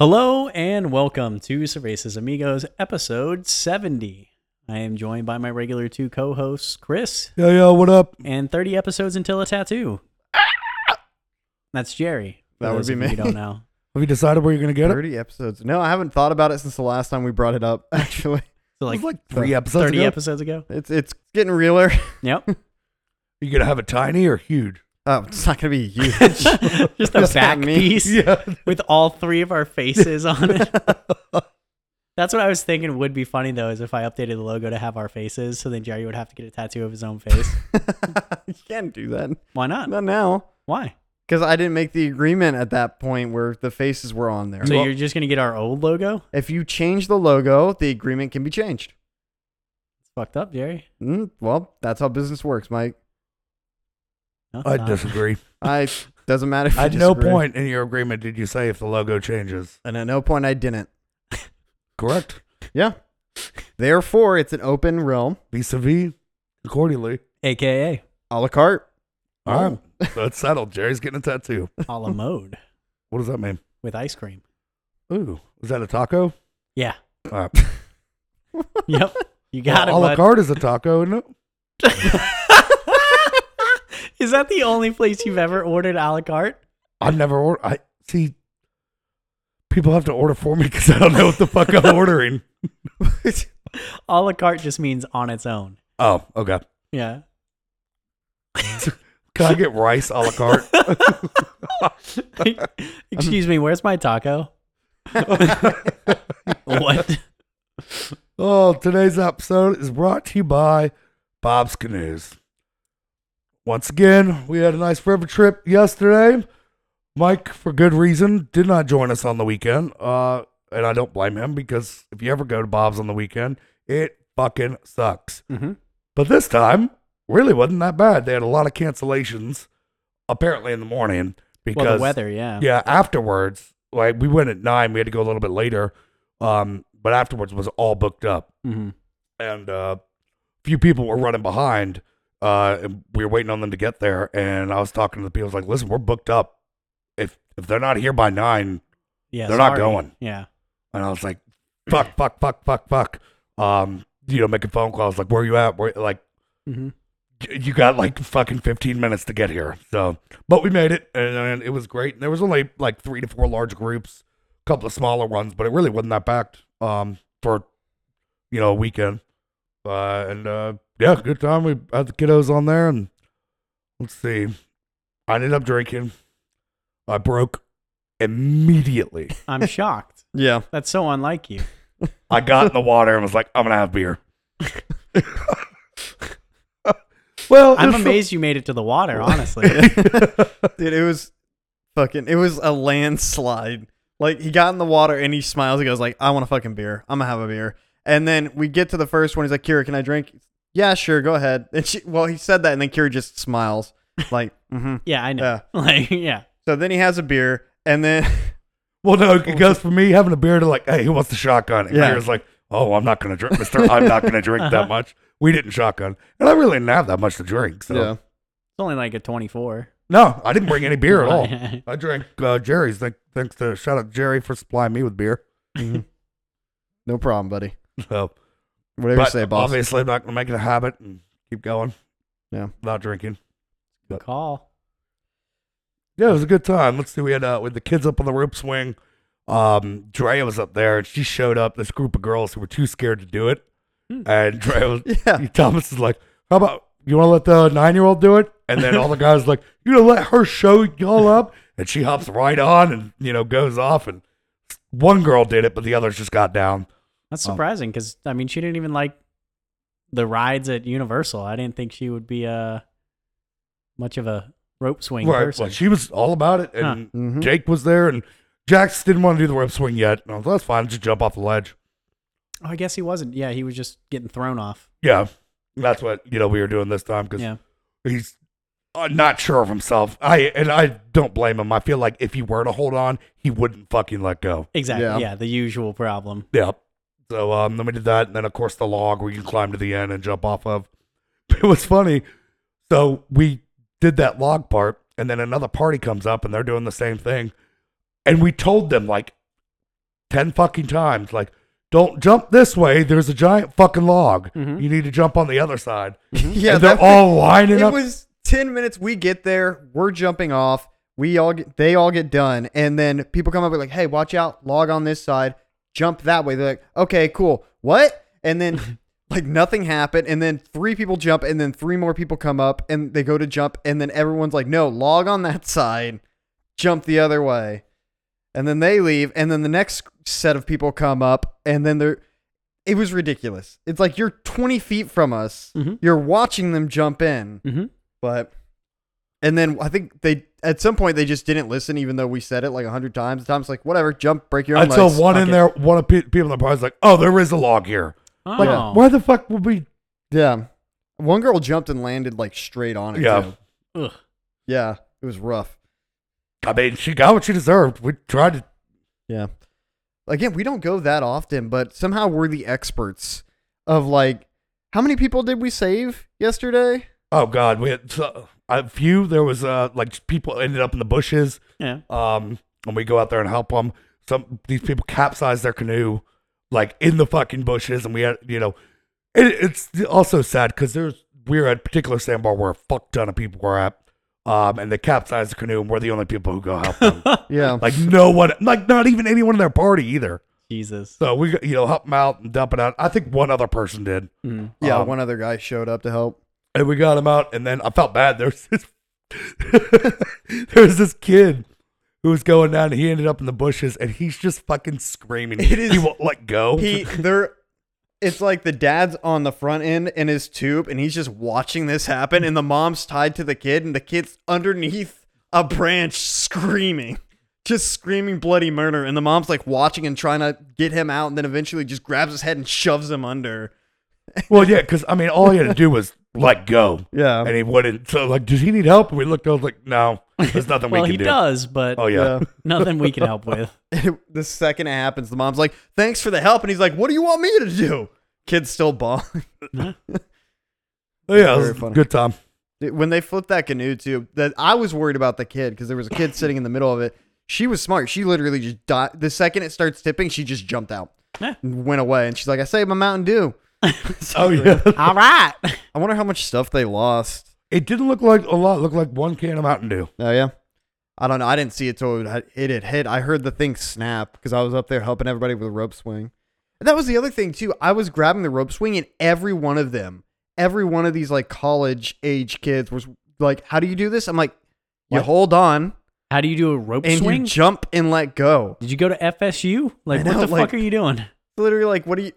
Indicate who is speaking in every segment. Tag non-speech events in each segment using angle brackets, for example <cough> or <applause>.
Speaker 1: Hello and welcome to Cervezas Amigos, episode 70. I am joined by my regular two co hosts, Chris,
Speaker 2: Yo, yo, what up?
Speaker 1: and 30 episodes until a tattoo. That's Jerry. for
Speaker 3: That would
Speaker 1: those
Speaker 3: be
Speaker 1: of
Speaker 3: me.
Speaker 1: You who don't know.
Speaker 2: Have you decided where you're gonna get it?
Speaker 3: 30 episodes. No, I haven't thought about it since the last time we brought it up, <laughs> actually.
Speaker 1: So,
Speaker 2: <laughs> It
Speaker 1: like
Speaker 2: was like three episodes
Speaker 1: 30
Speaker 2: ago.
Speaker 1: episodes ago.
Speaker 3: It's it's getting realer.
Speaker 1: Yep. <laughs>
Speaker 2: <laughs> Are you gonna have it tiny or huge?
Speaker 3: Oh, it's not going to be
Speaker 2: <laughs>
Speaker 3: you.
Speaker 1: Just a
Speaker 3: Just
Speaker 1: back
Speaker 3: me.
Speaker 1: piece
Speaker 2: Yeah.
Speaker 1: with all three of our faces on
Speaker 2: <laughs>
Speaker 1: it. That's what I was thinking would be funny though, is if I updated the logo to have our faces, so then Jerry would have to get a tattoo of his own face.
Speaker 3: <laughs> you can't do that.
Speaker 1: Why not?
Speaker 3: Not now.
Speaker 1: Why?
Speaker 3: Because I didn't make the agreement at that point where the faces were on there.
Speaker 1: So you're just gonna get our old logo?
Speaker 3: if you change the logo, the agreement can be changed.
Speaker 1: It's fucked up, Jerry.
Speaker 3: Mm, well, that's how business works, Mike.
Speaker 1: No, it's
Speaker 2: I
Speaker 1: not.
Speaker 2: <laughs> disagree.
Speaker 3: I <laughs> doesn't matter if you
Speaker 2: At no
Speaker 3: disagree.
Speaker 2: point in your agreement did you say if the logo changes.
Speaker 3: And at no point I didn't.
Speaker 2: Correct.
Speaker 3: Yeah. Therefore, it's an open realm,
Speaker 2: Vis a vis, accordingly.
Speaker 1: AKA
Speaker 3: a la carte.
Speaker 2: All right. That's settled. Jerry's getting a tattoo.
Speaker 1: a
Speaker 2: <laughs>
Speaker 1: la mode
Speaker 2: What does that mean?
Speaker 1: with ice cream.
Speaker 2: Ooh, is that a taco? <laughs>
Speaker 1: Yeah.
Speaker 2: All right.
Speaker 1: Yep. You got
Speaker 2: a la
Speaker 1: it. bud.
Speaker 2: carte is a taco, isn't it?
Speaker 1: <laughs> Is that the only place you've ever ordered a la
Speaker 2: <laughs>
Speaker 1: carte?
Speaker 2: I've never ordered. I see. People have to order for me because I don't know what the fuck <laughs> I'm ordering.
Speaker 1: A la carte just means on its own.
Speaker 2: Oh, okay.
Speaker 1: Yeah. <laughs>
Speaker 2: Can I get rice a la carte? <laughs>
Speaker 1: Excuse me, where's my taco?
Speaker 2: <laughs>
Speaker 1: what?
Speaker 2: Oh, today's episode is brought to you by Bob's Canoes. Once again, we had a nice river trip yesterday. Mike, for good reason, did not join us on the weekend. Uh, and I don't blame him because if you ever go to Bob's on the weekend, it fucking sucks.
Speaker 1: Mm-hmm.
Speaker 2: But this time, really wasn't that bad. They had a lot of cancellations apparently in the morning because
Speaker 1: Well, the weather, yeah.
Speaker 2: yeah, afterwards, like we went at nine, we had to go a little bit later. Um, but afterwards was all booked up,
Speaker 1: Mm-hmm.
Speaker 2: and uh, few people were running behind. Uh, and we were waiting on them to get there, and I was talking to the people. I was like, "Listen, we're booked up. If if they're not here by nine,
Speaker 1: Yeah.
Speaker 2: They're not
Speaker 1: sorry.
Speaker 2: going.
Speaker 1: Yeah.
Speaker 2: and I was like, "Fuck, fuck, fuck, fuck, fuck." Um, you know, making phone calls like, "Where you at? Where like."
Speaker 1: Mm-hmm.
Speaker 2: you got like fucking 15 minutes to get here. So, but we made it and, and it was great. And there was only like three to four large groups, a couple of smaller ones, but it really wasn't that packed um, for, you know, a weekend. Uh, and uh, yeah, good time. We had the kiddos on there and let's see. I ended up drinking. I broke immediately.
Speaker 1: I'm shocked.
Speaker 3: Yeah.
Speaker 1: That's so unlike
Speaker 2: <laughs>
Speaker 1: you.
Speaker 2: I got in the water and was like, I'm going to have beer. <laughs> well,
Speaker 1: I'm
Speaker 2: it's the-
Speaker 1: amazed you made it to the water,
Speaker 2: <laughs>
Speaker 1: honestly.
Speaker 3: <laughs> Dude, it was fucking. It was a landslide. Like he got in the water and he smiles. He goes like, "I want a fucking beer. I'm gonna have a beer." And then we get to the first one. He's like, "Kira, can I drink?" Yeah, sure. Go ahead. And she, well, he said that, and then Kira just smiles, <laughs> like, "Mm-hmm."
Speaker 1: yeah, I know.
Speaker 3: Yeah.
Speaker 1: <laughs> Like, yeah.
Speaker 3: So then he has a beer, and <laughs> then
Speaker 2: Well, no, it goes for me having a beer to like, hey, who wants the shotgun? And
Speaker 3: Yeah.
Speaker 2: Mayor's like, oh, I'm not gonna drink, Mister. I'm not gonna drink
Speaker 3: <laughs>
Speaker 2: that much. We didn't shotgun, and I really didn't have that much to drink. So
Speaker 1: It's only like a 24.
Speaker 2: no, I didn't bring any beer
Speaker 3: <laughs>
Speaker 2: at all.
Speaker 1: Right.
Speaker 2: I drank uh, Jerry's. Thank, thanks to shout out Jerry for supplying me with beer.
Speaker 3: mm-hmm. no problem, buddy.
Speaker 2: So,
Speaker 3: Whatever you
Speaker 2: but
Speaker 3: say, boss.
Speaker 2: obviously, I'm not gonna make it a habit and keep going.
Speaker 3: Yeah.
Speaker 2: not drinking.
Speaker 1: Good <laughs> call.
Speaker 2: Yeah, it was a good time. Let's see. We had uh, with the kids up on the rope swing. Um, Drea was up there, and she showed up. This group of girls who were too scared to do it,
Speaker 1: Hmm.
Speaker 2: and
Speaker 1: <laughs>
Speaker 2: Drea was,
Speaker 3: Yeah,
Speaker 2: <laughs> Thomas is like, "How about you want to let the nine-year-old do it?" And then all the guys are like, "You gonna let her show y'all up?" And she hops right on and you know goes off. And one girl did it, but the others just got down.
Speaker 1: That's
Speaker 2: Um,
Speaker 1: surprising because, I mean, she didn't even like the rides at Universal. I didn't think she would be uh, much of a rope swing
Speaker 2: Right,
Speaker 1: person. Mm-hmm.
Speaker 2: like, she was all about it, and
Speaker 3: Mhm.
Speaker 2: Jake was there, and Jax didn't want to do the rope swing yet. And I was like, "That's fine, just jump off the ledge."
Speaker 1: oh, I guess he wasn't. Yeah, he was just getting thrown off.
Speaker 2: Yeah, that's what you know we were doing this time because
Speaker 1: Yeah.
Speaker 2: he's uh, not sure of himself. I and I don't blame him. I feel like if he were to hold on, he wouldn't fucking let go.
Speaker 1: Exactly. Yeah.
Speaker 3: Yeah.
Speaker 1: the usual problem.
Speaker 2: Yeah. So um, then we did that, and then of course the log where you climb to the end and jump off of. <laughs> It was funny. So we did that log part, and then another party comes up, and they're doing the same thing, and we told them like ten fucking times. Like, don't jump this way. There's a giant fucking log.
Speaker 1: Mhm.
Speaker 2: You need to jump on the other side.
Speaker 3: <laughs> yeah,
Speaker 2: and they're
Speaker 3: that-
Speaker 2: all lining
Speaker 3: It
Speaker 2: up.
Speaker 3: was ten minutes. We get there. We're jumping off. We all get, they all get done, and then people come up with like, "Hey, watch out! Log on this side. Jump that way." They're like, "Okay, cool. What?" And then like nothing happened, and then three people jump, and then three more people come up, and they go to jump, and then everyone's like, "No, log on that <laughs> side. Jump the other way." And then they leave, and then the next set of people come up, and then they're. It was ridiculous. It's like you're 20 feet from us.
Speaker 1: Mhm.
Speaker 3: You're watching them jump in.
Speaker 1: Mhm.
Speaker 3: But and then I think they at some point they just didn't listen, even though we said it like a hundred times. Tom's like, whatever, jump, break your own
Speaker 2: Until
Speaker 3: legs.
Speaker 2: one
Speaker 3: Fuck
Speaker 2: in
Speaker 3: it."
Speaker 2: there, one of pe- people in the party's like, "Oh, there is a log here."
Speaker 1: Oh.
Speaker 2: Like, why the fuck would we?
Speaker 3: Yeah, one girl jumped and landed like straight on it.
Speaker 2: Yeah.
Speaker 3: too.
Speaker 1: Ugh.
Speaker 3: yeah, it was rough.
Speaker 2: I mean, she got what she deserved. We tried to.
Speaker 3: Yeah. Again, we don't go that often, but somehow we're the experts of like how many people did we save yesterday?
Speaker 2: Oh God, we had so, a few. There was uh like people ended up in the bushes.
Speaker 1: Yeah.
Speaker 2: um, and we go out there and help them. Some these people capsize their canoe, like in the fucking bushes, and we had you know, it, it's also sad because there's we're at a particular sandbar where a fuck ton of people were at, um, and they capsized the canoe, and we're the only people who go help them.
Speaker 3: Yeah.
Speaker 2: like no one, like not even anyone in their party either.
Speaker 1: Jesus.
Speaker 2: So we you know help them out and dump it out. I think one other person did,
Speaker 1: Mhm.
Speaker 3: yeah,
Speaker 2: um,
Speaker 3: one other guy showed up to help.
Speaker 2: and we got him out, and then I felt bad. <laughs> There's this, there's this kid who was going down. And he ended up in the bushes, and he's just fucking screaming.
Speaker 3: It is-
Speaker 2: he won't let go.
Speaker 3: he they're it's like the dad's on the front end in his tube and he's just watching this happen and the mom's tied to the kid and the kid's underneath a branch screaming just screaming bloody murder and the mom's like watching and trying to get him out and then eventually just grabs his head and shoves him under
Speaker 2: well, yeah, because I mean, all he had to do was let go,
Speaker 3: yeah
Speaker 2: and he wouldn't. So, like, does he need help? And we looked. I was like, no, there's nothing
Speaker 1: Well,
Speaker 2: we can
Speaker 1: he
Speaker 2: do.
Speaker 1: does, but
Speaker 2: Oh yeah.
Speaker 1: <laughs> nothing we can help
Speaker 2: <laughs>
Speaker 1: with.
Speaker 3: the second it happens the mom's like thanks for the help and he's like what do you want me to do kid's still bawling
Speaker 2: Oh, yeah, it
Speaker 3: Very
Speaker 2: was a
Speaker 3: funny.
Speaker 2: good
Speaker 3: <laughs>
Speaker 2: time.
Speaker 3: Dude, when they flipped that canoe too, that I was worried about the kid because there was a kid sitting in the middle of it. She was smart. She literally just di The second it starts tipping, she just jumped out
Speaker 1: Yeah.
Speaker 3: and went away. And she's like, "I saved my Mountain Dew."
Speaker 2: Oh yeah,
Speaker 1: All right.
Speaker 3: I wonder how much stuff they lost.
Speaker 2: it didn't look like a lot. It looked like one can of Mountain Dew.
Speaker 3: Oh yeah, I don't know. I didn't see it till it had- it had hit. I heard the thing snap because I was up there helping everybody with a rope swing. And that was the other thing too. I was grabbing the rope swing, and every one of them, every one of these like college age kids was like, "How do you do this?" I'm like, "You
Speaker 1: What?
Speaker 3: hold on."
Speaker 1: How do you do a rope
Speaker 3: and
Speaker 1: swing?
Speaker 3: you jump and let go.
Speaker 1: Did you go to FSU?
Speaker 3: I
Speaker 1: Like,
Speaker 3: know,
Speaker 1: what the
Speaker 3: like-
Speaker 1: fuck are you doing? <laughs>
Speaker 3: Literally, like, what do you?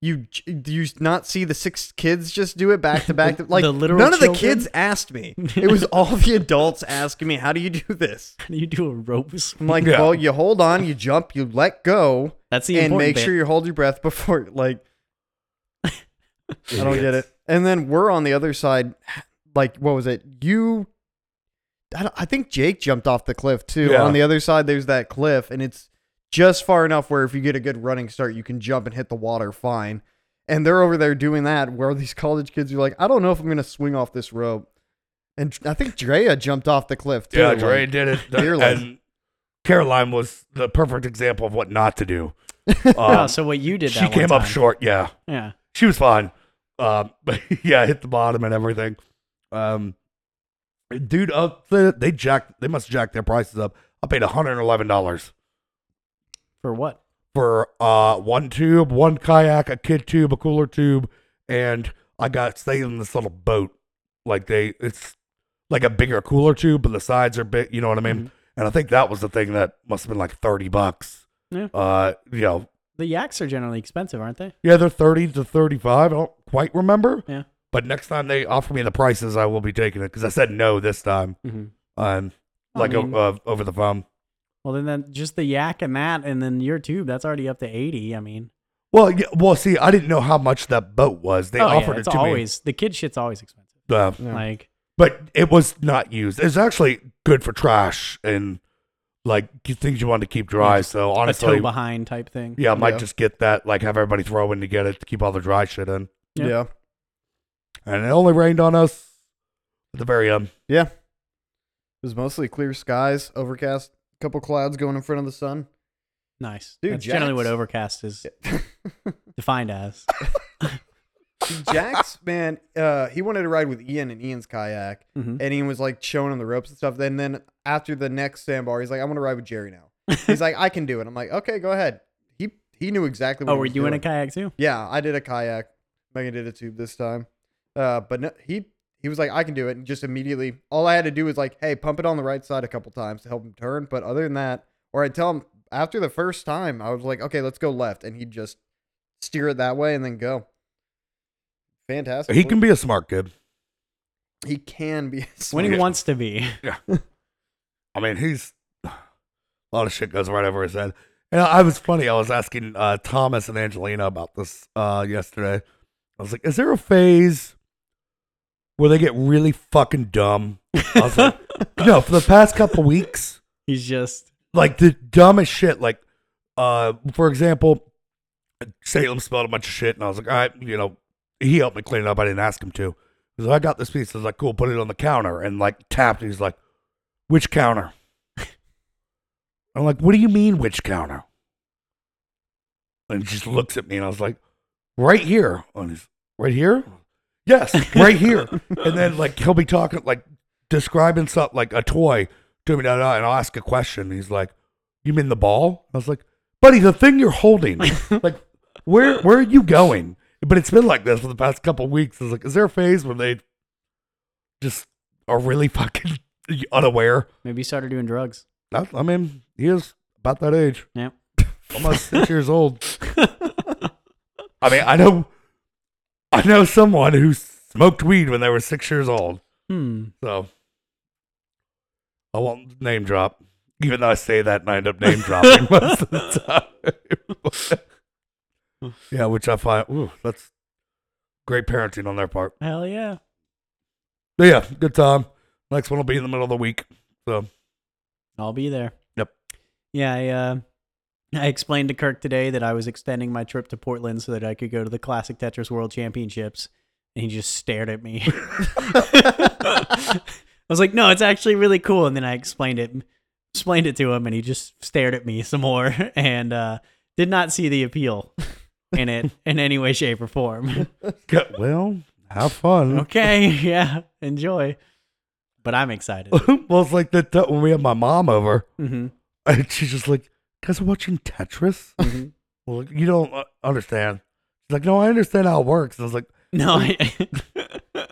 Speaker 3: You j- do you not see the six kids just do it back
Speaker 1: <laughs>
Speaker 3: to back? to- Like
Speaker 1: The literal
Speaker 3: none of the
Speaker 1: children?
Speaker 3: kids asked me. It was all the adults asking me, "How do you do this?"
Speaker 1: How do you do a rope swing? <laughs>
Speaker 3: I'm like,
Speaker 2: Yeah.
Speaker 3: "Well, you hold on, you jump, you let go,
Speaker 1: That's the
Speaker 3: and
Speaker 1: important
Speaker 3: make
Speaker 1: bit.
Speaker 3: sure you hold your breath before." Like, I don't get it. And then we're on the other side. Like, what was it? You, I, don't- I think Jake jumped off the cliff too.
Speaker 2: Yeah.
Speaker 3: On the other side, there's that cliff, and it's just far enough where if you get a good running start, you can jump and hit the water fine. And they're over there doing that, where these <laughs> college kids are like, I don't know if I'm gonna swing off this rope. And I think Drea jumped off the cliff too.
Speaker 2: Yeah,
Speaker 3: Like,
Speaker 2: Dre did it.
Speaker 3: Dear Lord.
Speaker 2: and Caroline was the perfect example of what not to do.
Speaker 1: Oh,
Speaker 2: Um,
Speaker 1: so what you did?
Speaker 2: she
Speaker 1: that one
Speaker 2: came up
Speaker 1: time.
Speaker 2: short. Yeah,
Speaker 1: Yeah.
Speaker 2: she was fine. Um, <laughs> but yeah, hit the bottom and everything. Um, dude, up the, they jacked. They must jack their prices up. I paid one hundred and eleven dollars
Speaker 1: For what?
Speaker 2: for uh one tube, one kayak, a kid tube, a cooler tube, and I got stayed in this little boat. Like they, it's like a bigger cooler tube, but the sides are big. You know what I mean?
Speaker 1: Mhm.
Speaker 2: And I think that was the thing that must have been like thirty bucks.
Speaker 1: Yeah.
Speaker 2: Uh, you know,
Speaker 1: The yaks are generally expensive, aren't they?
Speaker 2: yeah, they're thirty to thirty-five. I don't quite remember.
Speaker 1: Yeah.
Speaker 2: But next time they offer me the prices, I will be taking it because I said no this time.
Speaker 1: Mm-hmm.
Speaker 2: Um,
Speaker 1: I
Speaker 2: like o-
Speaker 1: mean-
Speaker 2: uh, over the phone.
Speaker 1: Well, then, then just the yak and that, and then your tube. That's already up to eighty. I mean,
Speaker 2: Well, yeah, well, see, I didn't know how much that boat was. They
Speaker 1: oh, yeah,
Speaker 2: offered it
Speaker 1: it's
Speaker 2: to
Speaker 1: always the kid shit's always expensive.
Speaker 2: me. Uh,
Speaker 3: Yeah.
Speaker 1: Like,
Speaker 2: but it was not used. It's actually good for trash and like you- things you want to keep dry.
Speaker 1: Yeah, just
Speaker 2: so
Speaker 1: a
Speaker 2: honestly,
Speaker 1: toe behind type thing.
Speaker 2: yeah, I might
Speaker 3: Yeah.
Speaker 2: just get that. Like have everybody throw in to get it to keep all the dry shit in.
Speaker 1: Yeah.
Speaker 3: yeah.
Speaker 2: And it only rained on us at the very end.
Speaker 3: It was mostly clear skies, overcast, couple clouds going in front of the sun. <laughs>
Speaker 1: Nice.
Speaker 3: Dude,
Speaker 1: That's generally what
Speaker 3: Jax-
Speaker 1: Overcast is defined
Speaker 3: <laughs>
Speaker 1: as.
Speaker 3: Jax, <laughs> man, uh, he wanted to ride with Ian in Ian's kayak,
Speaker 1: Mhm.
Speaker 3: and Ian was like showing him the ropes and stuff. Then, then after the next sandbar, he's like, "I want to ride with Jerry now." He's like, "I can do it." I'm like, "Okay, go ahead." He he knew exactly. what
Speaker 1: Oh,
Speaker 3: he
Speaker 1: were
Speaker 3: was
Speaker 1: you in a
Speaker 3: doing.
Speaker 1: kayak too?
Speaker 3: Yeah, I did a kayak. Megan did a tube this time, uh, but no, he he was like, "I can do it," and just immediately, all I had to do was like, "Hey, pump it on the right side a couple times to help him turn." But other than that, or I would tell him after the first time, I was like, "Okay, let's go left," and he'd just steer it that way and then go. Fantastic.
Speaker 2: He can be a smart kid.
Speaker 3: He can be. <laughs>
Speaker 1: When he
Speaker 2: Yeah.
Speaker 1: wants to be. <laughs>
Speaker 2: I mean, he's <sighs> a lot of shit goes right over his head. And I was funny. I was asking uh, Thomas and Angelina about this uh, yesterday. I was like, "Is there a phase where they get really fucking dumb?" I was like, <laughs> "No." For the past couple weeks,
Speaker 1: He's just
Speaker 2: like the dumbest shit. Like, uh, for example, Salem spelled a bunch of shit, and I was like, all right, you know, he helped me clean it up. I didn't ask him to. He's like, I got this piece. I was like, cool, put it on the counter, and like tapped. He's like, which counter? <laughs> I'm like, what do you mean, which counter? And he just looks at me, and I was like, right here. And he's right here. Yes, right here. and then like he'll be talking like describing something like a toy to me, da, da, and I'll ask a question. He's like, "You mean the ball?" I was like, "Buddy, the thing you're holding, like, where where are you going?" But it's been like this for the past couple weeks. It's like, is there a phase where they just are really fucking <laughs> unaware?
Speaker 1: maybe he started doing drugs. <laughs>
Speaker 2: That, I mean, he is about that age,
Speaker 1: Yeah.
Speaker 2: <laughs> almost six years old. I mean, I know, I know someone who smoked weed when they were six years old.
Speaker 1: Hmm.
Speaker 2: So I won't name drop, even though I say that and I end up name <laughs> dropping most of the time. <laughs> yeah, which I find ooh, that's great parenting on their part.
Speaker 1: Hell yeah.
Speaker 2: But yeah, good time. Next one will be in the middle of the week. So
Speaker 1: I'll be there.
Speaker 2: Yep.
Speaker 1: Yeah, I, uh, I explained to Kirk today that I was extending my trip to Portland so that I could go to the Classic Tetris World Championships, and he just stared at me. I was like, "No, it's actually really cool." And then I explained it, explained it to him, and he just stared at me some more <laughs> and uh, did not see the appeal in it in any way, shape, or form.
Speaker 2: go- well, have fun.
Speaker 1: okay, <laughs> yeah, enjoy. But I'm
Speaker 2: <laughs>
Speaker 1: excited.
Speaker 2: <laughs> well, it's like that that when we had my mom over, <laughs>
Speaker 1: hmm
Speaker 2: and she's just like, "Guys, are watching Tetris."
Speaker 1: Mhm.
Speaker 2: Well, you don't uh, understand. She's like, "No, I understand how it works." And I was like,
Speaker 1: No, I,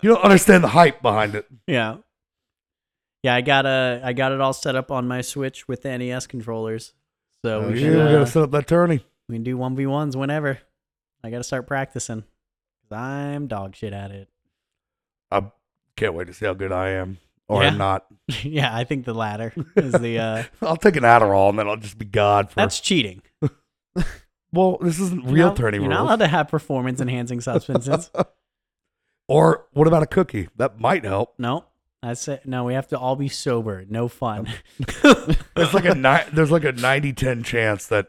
Speaker 2: "You don't understand the hype behind it."
Speaker 1: Yeah. Yeah, I got a I got it all set up on my Switch with the NES controllers. So
Speaker 3: Oh,
Speaker 1: we,
Speaker 2: yeah,
Speaker 1: can,
Speaker 2: we
Speaker 1: uh,
Speaker 2: gotta set up that tourney.
Speaker 1: we can do 1v1s whenever. I got to start practicing. 'Cause I'm dog shit at it. <laughs>
Speaker 2: I can't wait to see how good I am or
Speaker 1: Yeah.
Speaker 2: I'm not. <laughs>
Speaker 1: yeah, I think the latter is the uh
Speaker 2: I'll take an Adderall and then I'll just be God for.
Speaker 1: that's cheating.
Speaker 2: well, this isn't
Speaker 1: You're
Speaker 2: real
Speaker 1: not-
Speaker 2: tourney
Speaker 1: You're
Speaker 2: rules.
Speaker 1: not allowed to have performance
Speaker 2: <laughs>
Speaker 1: enhancing substances.
Speaker 2: or what about a cookie? That might help.
Speaker 1: no. I said no, we have to all be sober. No fun.
Speaker 2: There's like a ni- there's like a 90-10 chance that,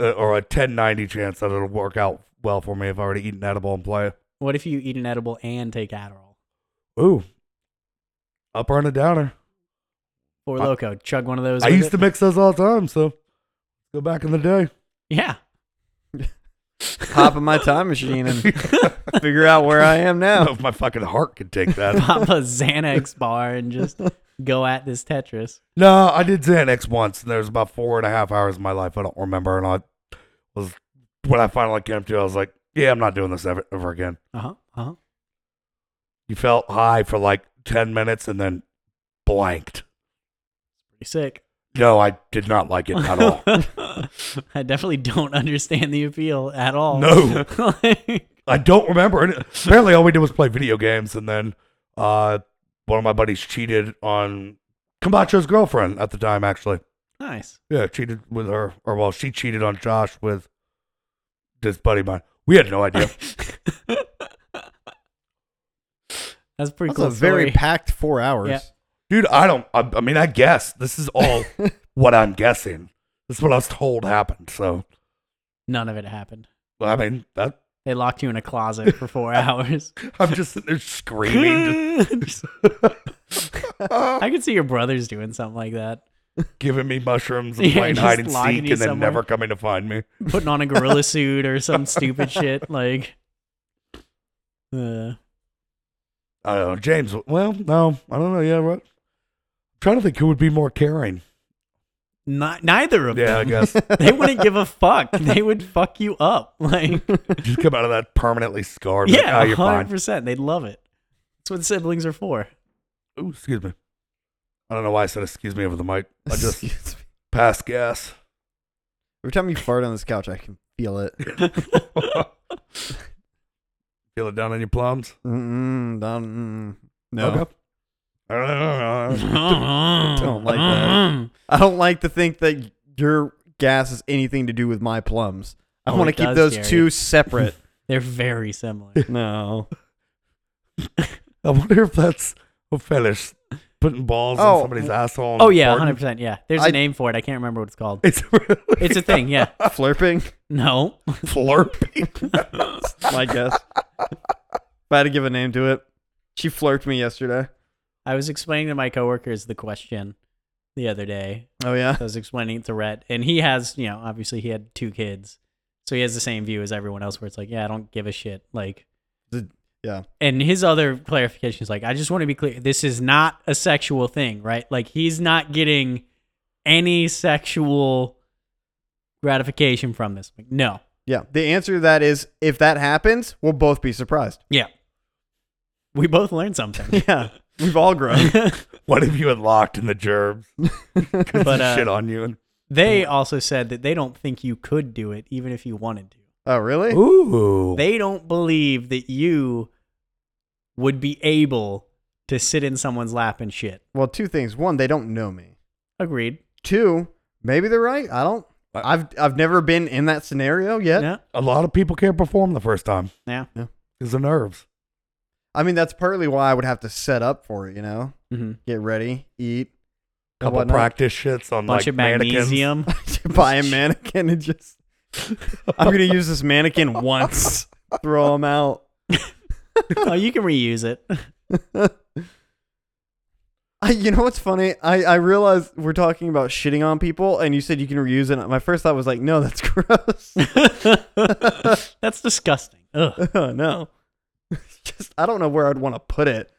Speaker 2: uh, or a 10-90 chance that it'll work out well for me if I already eat an edible and play.
Speaker 1: <laughs> what if you eat an edible and take Adderall?
Speaker 2: Ooh, upper and a downer.
Speaker 1: Or
Speaker 2: I-
Speaker 1: loco, chug one of those.
Speaker 2: I
Speaker 1: with
Speaker 2: used
Speaker 1: it.
Speaker 2: to mix those all the time. So go back in the day.
Speaker 1: Yeah.
Speaker 3: <laughs> Hop in my time machine and figure out where I am
Speaker 2: I don't know
Speaker 3: now.
Speaker 2: if <laughs> my fucking heart could take that.
Speaker 1: pop a Xanax bar and just go at this Tetris.
Speaker 2: No, I did Xanax once, and there was about four and a half hours of my life I don't remember, and I was when I finally came to, I was like, "Yeah, I'm not doing this ever, ever again."
Speaker 1: Uh huh. Uh
Speaker 2: uh-huh.
Speaker 1: huh.
Speaker 2: You felt high for like ten minutes, and then blanked.
Speaker 1: Pretty sick.
Speaker 2: No, I did not like it at all.
Speaker 1: <laughs> I definitely don't understand the appeal at all.
Speaker 2: No.
Speaker 1: <laughs> Like,
Speaker 2: I don't remember. And apparently, all we did was play video games, and then uh, one of my buddies cheated on Kambacho's girlfriend at the time. Actually,
Speaker 1: nice.
Speaker 2: yeah, cheated with her, or well, she cheated on Josh with this buddy of mine. We had no idea.
Speaker 1: That's a pretty
Speaker 3: That's
Speaker 1: cool.
Speaker 3: a very
Speaker 1: story.
Speaker 3: packed four hours. <laughs>
Speaker 1: Yeah.
Speaker 2: Dude, I don't. I, I mean, I guess this is
Speaker 1: <laughs>
Speaker 2: all what I'm guessing. This is what I was told happened. So,
Speaker 1: None of it happened.
Speaker 2: I mean, that
Speaker 1: They locked you in a closet for
Speaker 2: <laughs>
Speaker 1: four hours.
Speaker 2: I'm just sitting there screaming.
Speaker 1: I <laughs>
Speaker 2: Just-
Speaker 1: could see your brothers doing something like that.
Speaker 2: giving me mushrooms and
Speaker 1: Yeah,
Speaker 2: playing
Speaker 1: just
Speaker 2: hide and
Speaker 1: logging
Speaker 2: seek and
Speaker 1: you
Speaker 2: then
Speaker 1: somewhere.
Speaker 2: never coming to find me.
Speaker 1: putting on a
Speaker 2: <laughs>
Speaker 1: gorilla suit or some stupid shit. Like, uh,
Speaker 2: I don't know. James, well, no, I don't know. Yeah, right. I'm trying to think who would be more caring.
Speaker 1: not neither of
Speaker 2: Yeah, I
Speaker 1: them. <laughs>
Speaker 2: guess.
Speaker 1: They wouldn't give a fuck. They would fuck you up. <laughs> Like,
Speaker 2: Just come out of that permanently scarred. like,
Speaker 1: yeah,
Speaker 2: "Ah, you're
Speaker 1: hundred
Speaker 2: fine.
Speaker 1: percent. They'd love it. That's what siblings are for. <laughs>
Speaker 2: Ooh, excuse me. I don't know why I said excuse me over the mic.
Speaker 1: <laughs>
Speaker 2: I just
Speaker 3: Excuse me.
Speaker 2: passed gas. <laughs>
Speaker 3: Every time you fart on this couch, I can feel it.
Speaker 2: Feel it down in your plums?
Speaker 3: Mm-mm, done, mm-mm. No,
Speaker 2: Okay. <laughs> I don't know.
Speaker 1: Don't
Speaker 3: like that. I don't like to think that your gas has anything to do with my plums. I
Speaker 1: Oh,
Speaker 3: want to
Speaker 1: it
Speaker 3: keep
Speaker 1: does,
Speaker 3: those
Speaker 1: Jerry.
Speaker 3: two separate.
Speaker 1: They're very similar.
Speaker 3: <laughs> no.
Speaker 2: I wonder if that's a fetish. Putting balls
Speaker 3: Oh.
Speaker 2: in somebody's asshole. and
Speaker 1: Oh yeah,
Speaker 2: farting.
Speaker 1: hundred percent. Yeah, there's
Speaker 3: I-
Speaker 1: a name for it. I can't remember what it's called.
Speaker 2: <laughs> It's really
Speaker 1: It's a thing. Yeah.
Speaker 3: Flirping,
Speaker 1: No.
Speaker 2: flirpy.
Speaker 1: <laughs>
Speaker 3: my guess. <laughs> If I had to give a name to it, she flirted me yesterday.
Speaker 1: I was explaining to my coworkers the question the other day.
Speaker 3: Oh, yeah.
Speaker 1: I was explaining it to Rhett, and he has, you know, obviously he had two kids, so he has the same view as everyone else, where it's like, yeah, I don't give a shit. Like,
Speaker 3: The- yeah.
Speaker 1: And his other clarification is like, I just want to be clear, this is not a sexual thing, right? Like, he's not getting any sexual gratification from this. Like, no.
Speaker 3: Yeah. The answer to that is if that happens, we'll both be surprised.
Speaker 1: Yeah. We both learned
Speaker 2: <laughs>
Speaker 1: something.
Speaker 3: <laughs> Yeah. We've all grown.
Speaker 2: what if you had locked in
Speaker 1: <laughs>
Speaker 2: the germs?
Speaker 1: But,
Speaker 2: But,
Speaker 1: uh,
Speaker 2: shit on you. And,
Speaker 1: they also said that they don't think you could do it, even if you wanted to.
Speaker 3: <laughs> oh, really?
Speaker 2: ooh.
Speaker 1: they don't believe that you would be able to sit in someone's lap and shit.
Speaker 3: Well, two things. One, they don't know me.
Speaker 1: Agreed.
Speaker 3: Two, maybe they're right. I don't.
Speaker 2: I-
Speaker 3: I've I've never been in that scenario yet.
Speaker 1: Yeah.
Speaker 2: a lot of people can't perform the first time.
Speaker 1: Yeah.
Speaker 2: It's the nerves.
Speaker 3: I mean, that's partly why I would have to set up for it. You know,
Speaker 1: hmm
Speaker 2: Mm-hmm.
Speaker 3: get ready, eat, <laughs> and
Speaker 2: Couple
Speaker 3: whatnot.
Speaker 2: practice shits on
Speaker 1: Bunch
Speaker 2: like
Speaker 1: of
Speaker 2: mannequins.
Speaker 1: magnesium.
Speaker 2: <laughs>
Speaker 3: buy a mannequin and just. <laughs> I'm gonna use this mannequin <laughs> once. Throw them out.
Speaker 1: oh, you can reuse it.
Speaker 3: I, you know what's funny? I I realized we're talking about shitting on people, and you said you can reuse it. My first thought was like, no, that's <laughs> gross.
Speaker 1: That's disgusting. Ugh.
Speaker 3: oh, no, <laughs> just I don't know where I'd want to put it.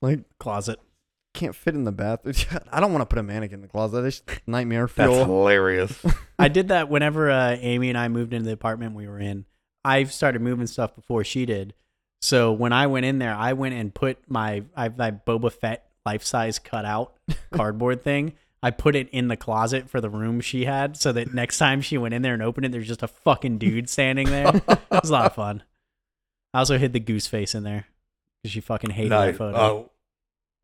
Speaker 3: Like
Speaker 1: Closet.
Speaker 3: can't fit in the bathroom. <laughs> I don't want to put a mannequin in the closet. It's nightmare
Speaker 2: That's
Speaker 1: <laughs>
Speaker 3: fuel.
Speaker 2: hilarious.
Speaker 1: I did that whenever uh, Amy and I moved into the apartment we were in. I started moving stuff before she did. So when I went in there, I went and put my I my Boba Fett life size cutout cardboard thing. I put it in the closet for the room she had, so that next time she went in there and opened it, there's just a fucking dude standing there. it was a lot of fun. I also hid the goose face in there because she fucking hated that
Speaker 2: Nice.
Speaker 1: photo
Speaker 2: Oh,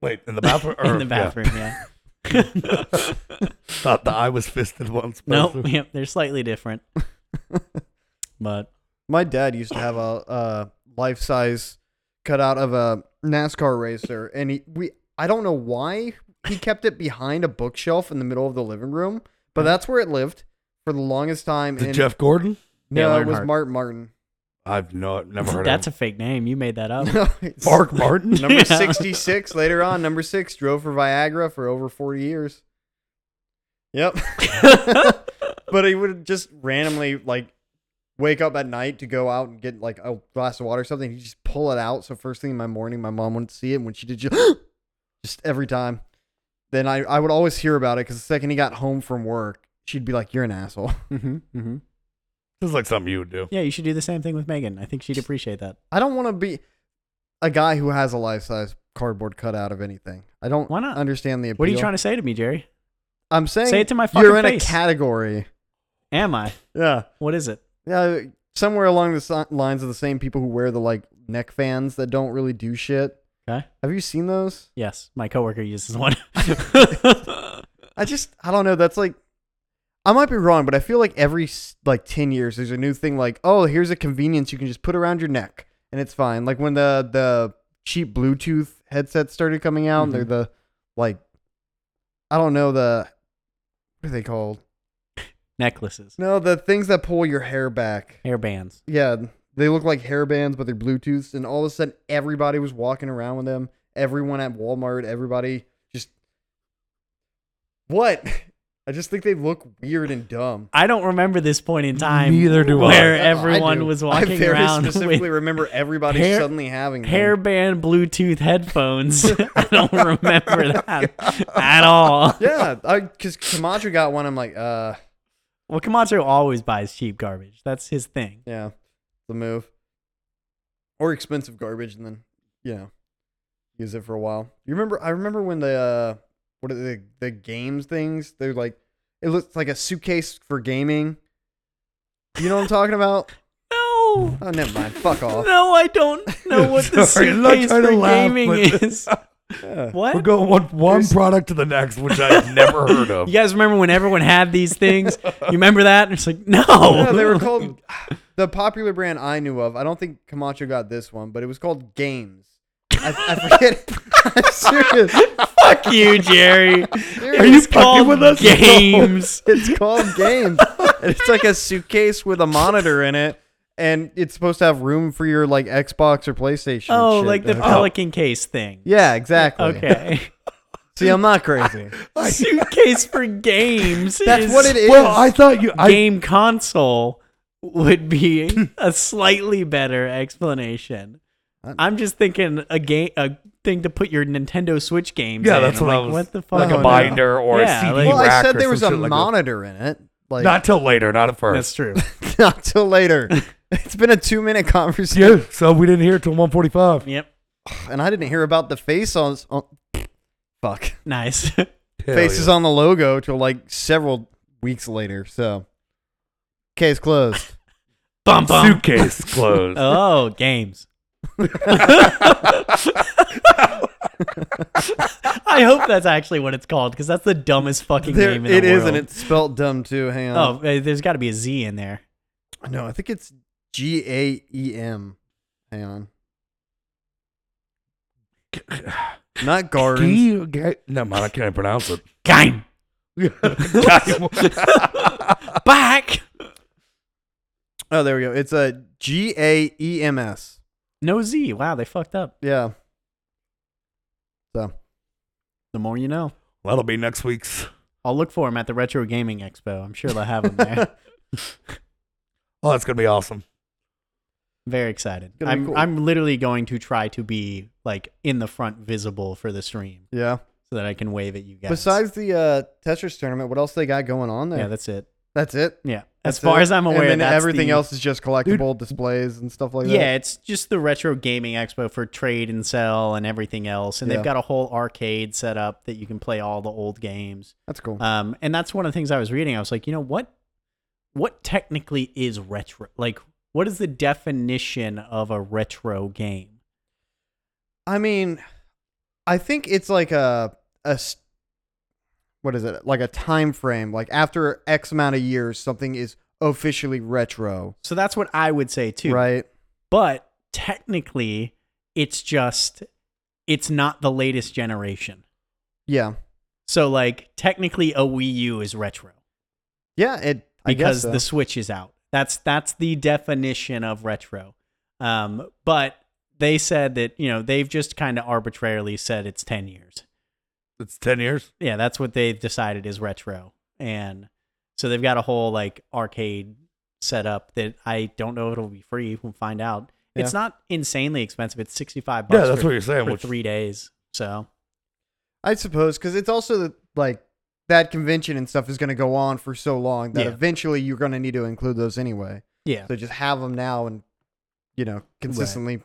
Speaker 2: wait, in the bathroom? Or,
Speaker 1: <laughs> in the
Speaker 2: yeah.
Speaker 1: bathroom.
Speaker 2: <laughs>
Speaker 1: Yeah.
Speaker 2: Thought the eye was fisted once.
Speaker 1: <laughs>
Speaker 2: but-
Speaker 1: nope. Yep. They're slightly
Speaker 2: <laughs>
Speaker 1: different, but
Speaker 3: My dad used to have a, a life size cutout of a NASCAR racer, and he we I don't know why he kept it behind a bookshelf in the middle of the living room, but that's where it lived for the longest time.
Speaker 2: Is
Speaker 1: <laughs>
Speaker 2: it
Speaker 3: and
Speaker 2: Jeff Gordon?
Speaker 3: no,
Speaker 1: Dale
Speaker 3: it was
Speaker 1: Earnhardt.
Speaker 3: Martin Martin.
Speaker 2: I've no, never heard
Speaker 1: that's
Speaker 2: of
Speaker 1: a fake name. You made
Speaker 3: <laughs>
Speaker 1: that
Speaker 2: <laughs>
Speaker 1: up. <laughs>
Speaker 2: him. Mark Martin?
Speaker 3: number
Speaker 1: Oh. Yeah.
Speaker 3: sixty six. Later on, number six drove for Viagra for over forty years. Yep. but he would just randomly like wake up at night to go out and get like a glass of water or something. He'd just pull it out. So first thing in my morning, my mom wouldn't see it. And when she did, just, <gasps> just every time. Then I, I would always hear about it because the second he got home from work, she'd be like, you're an asshole. <laughs>
Speaker 1: mm-hmm, mm-hmm.
Speaker 2: <laughs> This is like something you would do.
Speaker 1: Yeah, you should do the same thing with Megan. I think she'd appreciate that.
Speaker 3: I don't want to be a guy who has a life-size cardboard cutout of anything. I don't
Speaker 1: Why not?
Speaker 3: understand the appeal.
Speaker 1: What are you trying to say to me, Jerry?
Speaker 3: I'm saying
Speaker 1: Say it to my fucking
Speaker 3: you're in
Speaker 1: face.
Speaker 3: a category.
Speaker 1: Am I?
Speaker 3: Yeah.
Speaker 1: What is it?
Speaker 3: Yeah, somewhere along the si- lines of the same people who wear the like neck fans that don't really do shit.
Speaker 1: Okay.
Speaker 3: Have you seen those?
Speaker 1: Yes, my coworker uses
Speaker 2: <laughs>
Speaker 1: one. <laughs>
Speaker 3: I just I don't know. That's like I might be wrong, but I feel like every s- like ten years there's a new thing. Like oh, here's a convenience you can just put around your neck and it's fine. Like when the the cheap Bluetooth headsets started coming out,
Speaker 1: Mhm.
Speaker 3: they're the like I don't know the what are they called?
Speaker 1: Necklaces,
Speaker 3: No, the things that pull your hair back.
Speaker 1: hair bands.
Speaker 3: yeah, they look like hairbands, but they're Bluetooths. And all of a sudden, everybody was walking around with them. Everyone at Walmart, everybody just. What? <laughs> I just think they look weird and dumb.
Speaker 1: I don't remember this point in time.
Speaker 2: Neither do I.
Speaker 1: Where
Speaker 3: I
Speaker 1: everyone
Speaker 3: do.
Speaker 1: was
Speaker 3: I
Speaker 1: walking
Speaker 3: very
Speaker 1: around <laughs>
Speaker 3: specifically
Speaker 1: with
Speaker 3: remember everybody
Speaker 1: hair-
Speaker 3: suddenly having
Speaker 1: <laughs>
Speaker 3: them.
Speaker 1: hairband Bluetooth headphones. <laughs> I don't
Speaker 2: <laughs> Oh,
Speaker 1: remember that at all.
Speaker 3: Yeah, because Camacho got one. I'm like, uh,
Speaker 1: Well, Camacho always buys cheap garbage. That's his thing.
Speaker 3: yeah, the move, or expensive garbage, and then you know, use it for a while. You remember? I remember when the uh, what are the the games things? They're like, it looks like a suitcase for gaming. You know what I'm talking about?
Speaker 1: No.
Speaker 3: Oh, never mind.
Speaker 1: <laughs>
Speaker 3: Fuck off.
Speaker 1: No, I don't
Speaker 2: <laughs>
Speaker 1: know what the
Speaker 2: Sorry, I'm not
Speaker 1: suitcase
Speaker 2: trying
Speaker 1: for
Speaker 2: to laugh, <laughs>
Speaker 1: gaming
Speaker 2: but-
Speaker 1: is.
Speaker 3: Yeah.
Speaker 1: What?
Speaker 2: We're going one, one
Speaker 3: There's-
Speaker 2: product to the next, which I've never heard
Speaker 1: <laughs>
Speaker 2: of.
Speaker 1: You guys remember when everyone had
Speaker 2: <laughs>
Speaker 1: these things? You remember that? And it's like, no.
Speaker 3: No, they were called the popular brand I knew of. I don't think Camacho got this one, but it was called Games. I, I forget. <laughs> I'm serious.
Speaker 2: <laughs>
Speaker 1: Fuck you, Jerry.
Speaker 3: Are
Speaker 1: It's
Speaker 2: fucking
Speaker 1: called
Speaker 2: with us? No. <laughs>
Speaker 1: Games.
Speaker 3: It's called Games. <laughs> And it's like a suitcase with a monitor in it, and it's supposed to have room for your like Xbox or PlayStation. and
Speaker 1: Oh,
Speaker 3: shit.
Speaker 1: like the
Speaker 3: Uh,
Speaker 1: Pelican case thing.
Speaker 3: Yeah,
Speaker 2: <laughs>
Speaker 3: exactly.
Speaker 1: Okay.
Speaker 3: See, I'm not crazy.
Speaker 1: Suitcase
Speaker 2: <laughs>
Speaker 1: for games.
Speaker 3: That's
Speaker 1: is-
Speaker 3: what it is.
Speaker 2: Well, I thought you. I,
Speaker 1: Game console would be a slightly better explanation. I'm just thinking a game, a thing to put your Nintendo Switch games.
Speaker 2: yeah,
Speaker 1: in.
Speaker 2: that's
Speaker 1: I'm
Speaker 2: what I
Speaker 1: like,
Speaker 2: was.
Speaker 1: What the fuck?
Speaker 2: Like
Speaker 3: Oh,
Speaker 2: a
Speaker 3: no.
Speaker 2: binder or
Speaker 1: Yeah,
Speaker 2: a CD
Speaker 1: like-
Speaker 2: rack.
Speaker 1: Well,
Speaker 3: Well, I said
Speaker 2: or
Speaker 3: there
Speaker 2: some
Speaker 3: was a
Speaker 2: shit like that.
Speaker 3: monitor in it. Like
Speaker 2: Not till later, not at
Speaker 1: That's
Speaker 2: first. <laughs>
Speaker 1: true.
Speaker 3: <laughs> not
Speaker 1: <laughs>
Speaker 3: till later. It's been a two minute conversation.
Speaker 2: Yeah, so we didn't hear it till 145.
Speaker 1: yep.
Speaker 3: and I didn't hear about the face on, on fuck
Speaker 1: Nice. <laughs>
Speaker 2: Hell
Speaker 3: faces
Speaker 2: yeah.
Speaker 3: on the logo till like several weeks later. So case closed.
Speaker 1: <laughs> bum bum. <laughs>
Speaker 2: Suitcase closed.
Speaker 1: Oh, games.
Speaker 2: <laughs>
Speaker 1: I hope that's actually what it's called because that's the dumbest fucking
Speaker 3: There-
Speaker 1: game in
Speaker 3: it
Speaker 1: the
Speaker 3: is,
Speaker 1: world.
Speaker 3: and it's spelt dumb too. Hang
Speaker 1: Oh,
Speaker 3: on.
Speaker 1: uh, there's got to be a Z in there.
Speaker 3: no, I think it's G A E M. Hang on. Not
Speaker 1: <laughs>
Speaker 3: gardens.
Speaker 2: Gee, okay. No, man, I can't pronounce it. <laughs>
Speaker 1: Game E back.
Speaker 3: Oh, there we go. It's a G A E M S.
Speaker 1: No Z. Wow, they fucked up.
Speaker 3: Yeah. So
Speaker 1: The more you
Speaker 3: <laughs>
Speaker 1: know.
Speaker 2: That'll be next week's.
Speaker 1: I'll look for them at the Retro Gaming Expo. I'm sure they'll have them
Speaker 3: <laughs>
Speaker 1: there.
Speaker 2: Oh, that's gonna be awesome.
Speaker 1: Very excited.
Speaker 3: Gonna be
Speaker 1: I'm
Speaker 3: cool.
Speaker 1: I'm literally going to try to be like in the front visible for the stream
Speaker 3: yeah.
Speaker 1: so that I can wave at you guys.
Speaker 3: Besides the uh, Tetris tournament, what else they got going on there?
Speaker 1: yeah, that's it.
Speaker 3: That's it.
Speaker 1: Yeah, as
Speaker 3: That's
Speaker 1: far
Speaker 3: it.
Speaker 1: as I'm aware,
Speaker 3: and then
Speaker 1: that's
Speaker 3: everything
Speaker 1: the-
Speaker 3: else is just collectible displays and stuff like
Speaker 1: Yeah,
Speaker 3: that.
Speaker 1: it's just the Retro Gaming Expo for trade and sell and everything else, and
Speaker 3: Yeah.
Speaker 1: they've got a whole arcade set up that you can play all the old games.
Speaker 3: that's cool.
Speaker 1: Um, and that's one of the things I was reading. I was like, you know what? What technically is retro? Like, what is the definition of a retro game?
Speaker 3: I mean, I think it's like a a s- what is it? Like a time frame. Like after X amount of years, something is officially retro,
Speaker 1: So that's what I would say too.
Speaker 3: right?
Speaker 1: But technically, it's just it's not the latest generation.
Speaker 3: Yeah,
Speaker 1: So like technically a Wii U is retro
Speaker 3: yeah. It I
Speaker 1: because
Speaker 3: guess so.
Speaker 1: the Switch is out. That's that's the definition of retro. Um, but they said that, you know, they've just kind of arbitrarily said it's 10 years.
Speaker 2: It's ten years.
Speaker 1: Yeah, that's what they've decided is retro. And so they've got a whole like arcade set up that I don't know if it'll be free. We'll find out. It's not insanely expensive. It's 65 bucks
Speaker 2: Yeah, that's
Speaker 1: for,
Speaker 2: what you're saying.
Speaker 1: for
Speaker 2: which-
Speaker 1: three days. So
Speaker 3: I suppose because it's also the, like that convention and stuff is going to go on for so long that
Speaker 1: Yeah.
Speaker 3: eventually you're going to need to include those anyway.
Speaker 1: yeah.
Speaker 3: So just have them now and you know consistently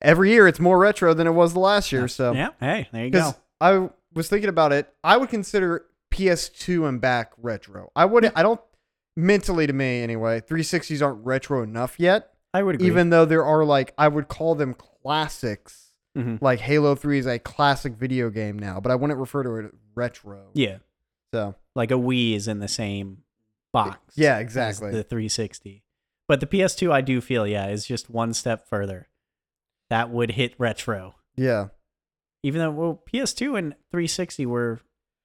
Speaker 3: every year it's more retro than it was the last year. So
Speaker 1: yeah, hey, there you go.
Speaker 3: because I was thinking about it, I would consider PS2 and back retro. I
Speaker 1: Hmm.
Speaker 3: wouldn't. I don't mentally to me anyway. 360s aren't retro enough yet,
Speaker 1: I would agree.
Speaker 3: even though there are like I would call them classics.
Speaker 1: Mhm.
Speaker 3: Like Halo 3 is a classic video game now, but I wouldn't refer to it as retro.
Speaker 1: yeah,
Speaker 3: So
Speaker 1: like a Wii is in the same box.
Speaker 3: yeah,
Speaker 1: as
Speaker 3: exactly.
Speaker 1: The 360, but the PS2, I do feel yeah is just one step further. That would hit retro,
Speaker 3: yeah,
Speaker 1: even though well PS2 and 360 were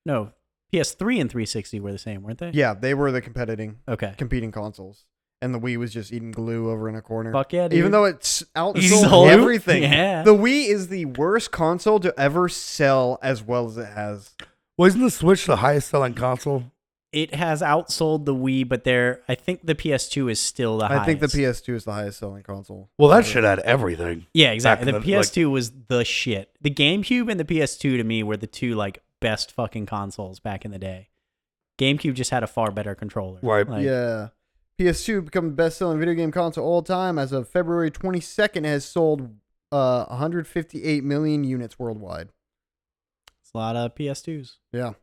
Speaker 1: no PS3 and 360 were the same, weren't they?
Speaker 3: yeah, they were the competing
Speaker 1: Okay.
Speaker 3: competing consoles, and the Wii was just eating glue over in a corner.
Speaker 1: Fuck yeah, dude.
Speaker 3: Even though it's
Speaker 1: Eating
Speaker 3: outsold
Speaker 1: glue?
Speaker 3: everything,
Speaker 1: Yeah.
Speaker 3: the Wii is the worst console to ever sell as well as it has.
Speaker 2: Well, isn't the Switch the highest selling console
Speaker 1: it has outsold the Wii, but there I think the PS2 is still the highest.
Speaker 3: I think the PS2 is the highest selling console.
Speaker 2: Well, that
Speaker 3: Yeah.
Speaker 2: shit had everything.
Speaker 1: Yeah, exactly.
Speaker 2: in
Speaker 1: The
Speaker 2: the-
Speaker 1: PS2 was the shit. The GameCube and the PS2 to me were the two like best fucking consoles back in the day. GameCube just had a far better controller.
Speaker 2: Right.
Speaker 1: Like,
Speaker 3: yeah. PS2 become the best-selling video game console of all time as of February 22nd. Has sold uh, 158 million units worldwide.
Speaker 1: It's a lot of PS2s.
Speaker 3: Yeah.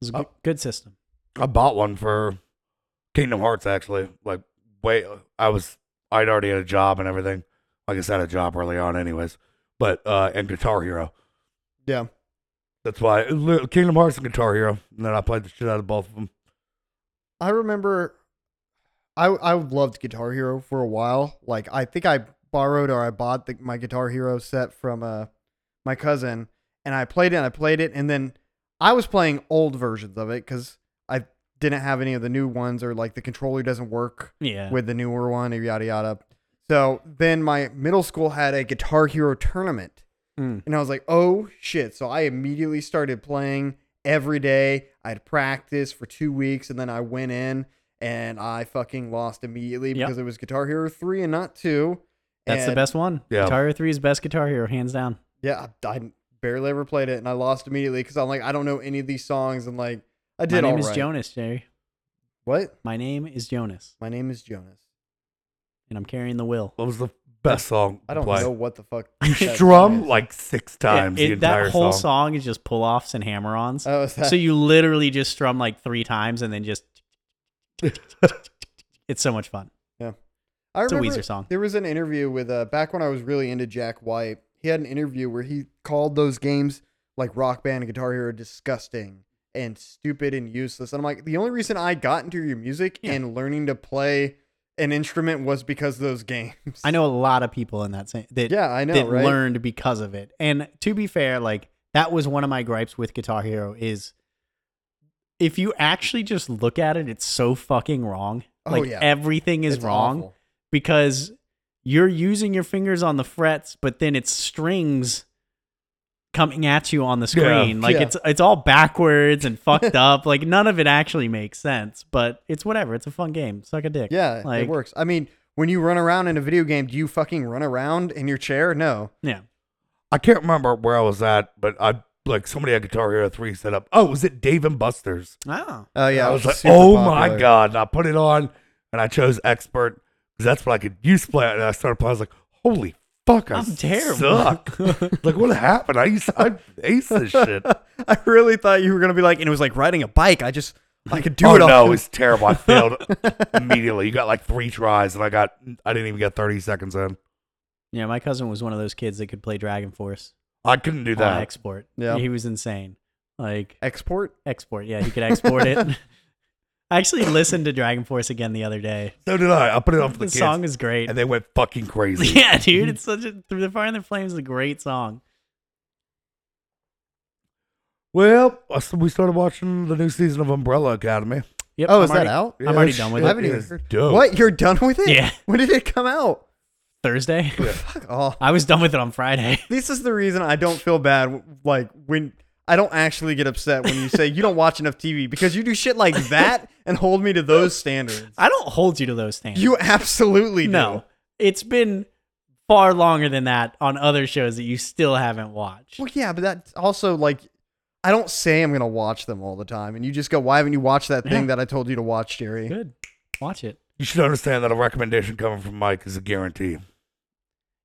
Speaker 1: It was a
Speaker 2: Oh.
Speaker 1: good, good system.
Speaker 2: I bought one for Kingdom Hearts actually. Like way I was I'd already had a job and everything. Like I said, a job early on anyways. But uh and Guitar Hero.
Speaker 3: Yeah.
Speaker 2: That's why li- Kingdom Hearts and Guitar Hero. And then I played the shit out of both of them.
Speaker 3: I remember I I loved Guitar Hero for a while. Like I think I borrowed or I bought the, my Guitar Hero set from uh my cousin and I played it and I played it and then I was playing old versions of it cuz I didn't have any of the new ones or like the controller doesn't work
Speaker 1: Yeah.
Speaker 3: with the newer one or yada yada. So then my middle school had a Guitar Hero tournament
Speaker 1: Mm.
Speaker 3: and I was like, oh shit. So I immediately started playing every day. I'd practice for two weeks and then I went in and I fucking lost immediately
Speaker 1: Yep.
Speaker 3: because it was Guitar Hero 3 and not 2.
Speaker 1: That's the
Speaker 3: And,
Speaker 1: best one.
Speaker 2: Yeah.
Speaker 1: Guitar Hero 3 is best Guitar Hero, hands down.
Speaker 3: Yeah, I, I barely ever played it and I lost immediately because I'm like, I don't know any of these songs. And like, I
Speaker 1: My
Speaker 3: did
Speaker 1: name
Speaker 3: all
Speaker 1: is
Speaker 3: right.
Speaker 1: Jonas, Jerry.
Speaker 3: What?
Speaker 1: My name is Jonas,
Speaker 3: My name is Jonas.
Speaker 1: and I'm carrying the will.
Speaker 2: What was the best song?
Speaker 3: I
Speaker 2: to
Speaker 3: don't
Speaker 2: play?
Speaker 3: know what the fuck.
Speaker 2: You
Speaker 3: that
Speaker 2: strum
Speaker 3: is.
Speaker 2: like six
Speaker 1: Yeah,
Speaker 2: times
Speaker 1: it-
Speaker 2: the entire
Speaker 1: that whole
Speaker 2: song.
Speaker 1: song is just pull offs and hammer ons.
Speaker 3: Oh, is that-
Speaker 1: so you literally just strum like three times and then just. <laughs> it's so much fun.
Speaker 3: I
Speaker 1: It's a
Speaker 3: remember
Speaker 1: Weezer song.
Speaker 3: There was an interview with uh, back when I was really into Jack White. He had an interview where he called those games like Rock Band and Guitar Hero disgusting and stupid and useless. And I'm like, the only reason I got into your music
Speaker 1: Yeah.
Speaker 3: and learning to play an instrument was because of those <laughs> games.
Speaker 1: I know a lot of people in that same that
Speaker 3: Yeah, I know,
Speaker 1: that
Speaker 3: right?
Speaker 1: learned because of it. And to be fair, like that was one of my gripes with Guitar Hero is if you actually just look at it, it's so fucking wrong.
Speaker 3: Oh,
Speaker 1: like
Speaker 3: yeah.
Speaker 1: everything is
Speaker 3: It's
Speaker 1: wrong
Speaker 3: awful.
Speaker 1: because you're using your fingers on the frets, but then it's strings coming at you on the screen. Like
Speaker 3: Yeah.
Speaker 1: it's it's all backwards and
Speaker 3: <laughs>
Speaker 1: fucked up. Like none of it actually makes sense. But it's whatever. It's a fun game. Suck a dick.
Speaker 3: Yeah,
Speaker 1: like
Speaker 3: it works. I mean, when you run around in a video game, do you fucking run around in your chair? No.
Speaker 1: yeah.
Speaker 2: I can't remember where I was at, but I like somebody had Guitar Hero three set up. Oh, was it Dave and Buster's?
Speaker 1: Oh.
Speaker 3: Oh yeah,
Speaker 2: I
Speaker 3: it
Speaker 2: was like,
Speaker 3: super
Speaker 2: oh my
Speaker 3: popular.
Speaker 2: god! And I put it on, and I chose expert because that's what I could use to play. it. And I started playing. I was like, holy fuck! I
Speaker 1: I'm terrible.
Speaker 2: Suck.
Speaker 3: <laughs>
Speaker 2: like what happened? I used to, I ace this shit.
Speaker 3: I really thought you were gonna be like, and it was like riding a bike. I just I could do
Speaker 2: oh
Speaker 3: it. all.
Speaker 2: no, it's terrible. I failed immediately. You got like three tries, and I got I didn't even get thirty seconds in.
Speaker 1: <laughs> Yeah, my cousin was one of those kids that could play Dragon Force
Speaker 2: I couldn't do
Speaker 1: on
Speaker 2: that.
Speaker 1: export.
Speaker 3: Yeah.
Speaker 1: He was insane. Like
Speaker 3: <laughs> export.
Speaker 1: export, yeah, he could export
Speaker 3: <laughs>
Speaker 1: it. <laughs> I actually listened to Dragon Force again the other day.
Speaker 2: So did I. I put it on for the,
Speaker 1: The
Speaker 2: kids,
Speaker 1: song is great.
Speaker 2: and they went fucking crazy.
Speaker 1: Yeah,
Speaker 3: "Mm-hmm."
Speaker 1: dude, it's such a Through the Fire and the Flames is a great song.
Speaker 2: well, us- we started watching the new season of Umbrella Academy.
Speaker 1: Yep.
Speaker 3: Oh,
Speaker 1: I'm
Speaker 3: is that
Speaker 1: already-
Speaker 3: out?
Speaker 1: I'm already done with
Speaker 2: It
Speaker 1: it.
Speaker 3: I haven't even
Speaker 2: is
Speaker 3: heard-
Speaker 2: dope.
Speaker 3: What? You're done with it?
Speaker 1: Oh. Yeah.
Speaker 3: When did it come out?
Speaker 1: Thursday. <laughs>
Speaker 3: Fuck off.
Speaker 1: I was done with it on Friday. <laughs>
Speaker 3: This is the reason I don't feel bad. Like when I don't actually get upset when you say you don't watch enough TV because you do
Speaker 1: <laughs>
Speaker 3: shit like that and hold me to those standards.
Speaker 1: I don't hold you to those standards.
Speaker 3: You absolutely do.
Speaker 1: no. It's been far longer than that on other shows that you still haven't watched.
Speaker 3: Well, yeah, but that's also like I don't say I'm gonna watch them all the time, and you just go, "Why haven't you watched that thing
Speaker 1: Yeah.
Speaker 3: that I told you to watch, Jerry?"
Speaker 1: Good. Watch it.
Speaker 2: You should understand that a recommendation coming from Mike is a guarantee.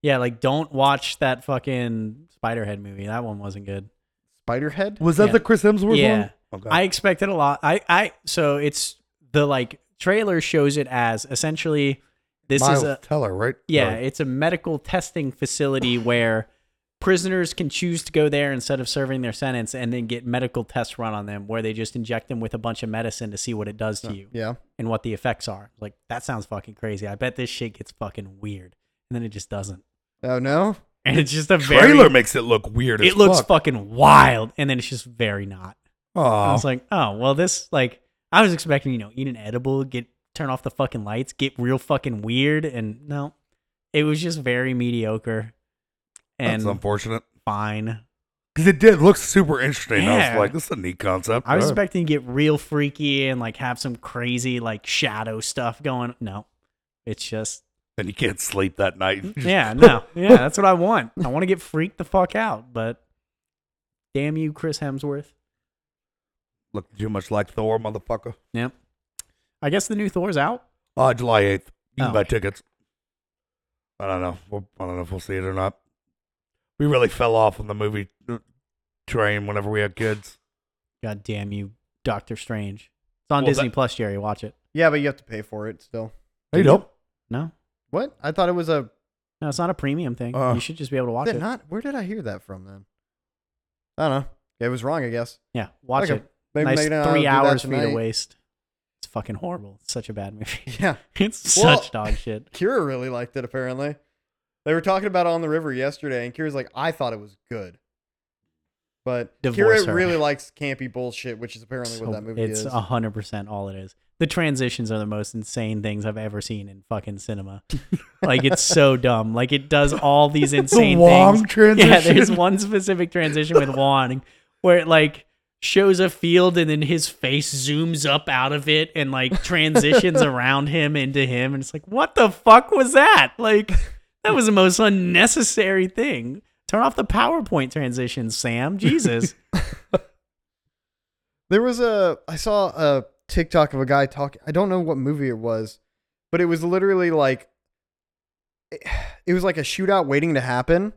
Speaker 1: Yeah, like don't watch that fucking Spiderhead movie. That one wasn't good.
Speaker 3: Spiderhead.
Speaker 2: Was that
Speaker 1: Yeah.
Speaker 2: the Chris Hemsworth
Speaker 1: Yeah.
Speaker 2: one? Okay.
Speaker 1: I expected a lot. I I so it's the like trailer shows it as essentially this
Speaker 2: Miles
Speaker 1: is a
Speaker 2: Teller, right?
Speaker 1: yeah,
Speaker 2: Or-
Speaker 1: it's a medical testing facility where prisoners can choose to go there instead of serving their sentence and then get medical tests run on them where they just inject them with a bunch of medicine to see what it does to you
Speaker 3: Yeah.
Speaker 1: and what the effects are. Like that sounds fucking crazy. I bet this shit gets fucking weird. And then it just doesn't.
Speaker 3: Oh no.
Speaker 1: And it's just a very
Speaker 2: trailer makes it look weird. as
Speaker 1: it looks
Speaker 2: fuck.
Speaker 1: fucking wild and then it's just very not. I
Speaker 2: Aw.
Speaker 1: was like, oh well, this like I was expecting you know eat an edible, get turn off the fucking lights, get real fucking weird, and no, it was just very mediocre
Speaker 2: That's
Speaker 1: and
Speaker 2: unfortunate.
Speaker 1: fine.
Speaker 2: because it did look super interesting. I
Speaker 1: Yeah.
Speaker 2: was like, this is a neat concept.
Speaker 1: I was
Speaker 2: All right.
Speaker 1: expecting to get real freaky and like have some crazy like shadow stuff going. No, it's just
Speaker 2: and you can't sleep that night. <laughs>
Speaker 1: yeah, no, yeah. That's what I want. I want to get freaked the fuck out. But damn you, Chris Hemsworth.
Speaker 2: Look too much like Thor, motherfucker.
Speaker 1: Yep. I guess the new Thor's out.
Speaker 2: Uh, July eighth. You can
Speaker 1: Oh.
Speaker 2: buy tickets. I don't know. We'll, I don't know if we'll see it or not. We really fell off on the movie uh, train whenever we had kids.
Speaker 1: God damn you, Doctor Strange. It's on
Speaker 2: Well,
Speaker 1: Disney
Speaker 2: that-
Speaker 1: Plus, Jerry. Watch it.
Speaker 3: Yeah, but you have to pay for it still.
Speaker 2: Hey, nope.
Speaker 1: No,
Speaker 3: What? I thought it was a.
Speaker 1: no, it's not a premium thing.
Speaker 2: Uh,
Speaker 1: you should just be able to watch
Speaker 3: Is
Speaker 1: it.
Speaker 3: it not? Where did I hear that from then? I don't know. It was wrong, I guess.
Speaker 1: Yeah, watch
Speaker 3: Okay.
Speaker 1: it.
Speaker 3: Maybe
Speaker 1: nice
Speaker 3: Megan and I will do
Speaker 1: three
Speaker 3: that
Speaker 1: hours for you to
Speaker 3: tonight.
Speaker 1: waste. It's fucking horrible. It's such a bad movie.
Speaker 3: <laughs>
Speaker 1: <laughs>
Speaker 3: Yeah.
Speaker 1: it's
Speaker 3: Well-
Speaker 1: such dog shit.
Speaker 3: Kira really liked it apparently. They were talking about it on the river yesterday, and Kira's like, I thought it was good. But
Speaker 1: Divorce
Speaker 3: Kira
Speaker 1: her.
Speaker 3: really likes campy bullshit, which is apparently what that movie
Speaker 1: it's
Speaker 3: is.
Speaker 1: hundred percent all it is. The transitions are the most insane things I've ever seen in fucking
Speaker 3: <laughs>
Speaker 1: cinema. like it's so dumb. Like it does all these insane
Speaker 2: the Wong
Speaker 1: things. <laughs>
Speaker 2: transition.
Speaker 1: Yeah, there's one specific transition with Juan where it like shows a field and then his face zooms up out of it and like
Speaker 3: <laughs>
Speaker 1: transitions around him into him and it's like what the fuck was that? Like that was the most unnecessary thing. Turn off the PowerPoint transition, Sam.
Speaker 3: <laughs>
Speaker 1: Jesus.
Speaker 3: There was a I saw a TikTok of a guy talking. I don't know what movie it was, but it was literally like it, it was like a shootout waiting to happen,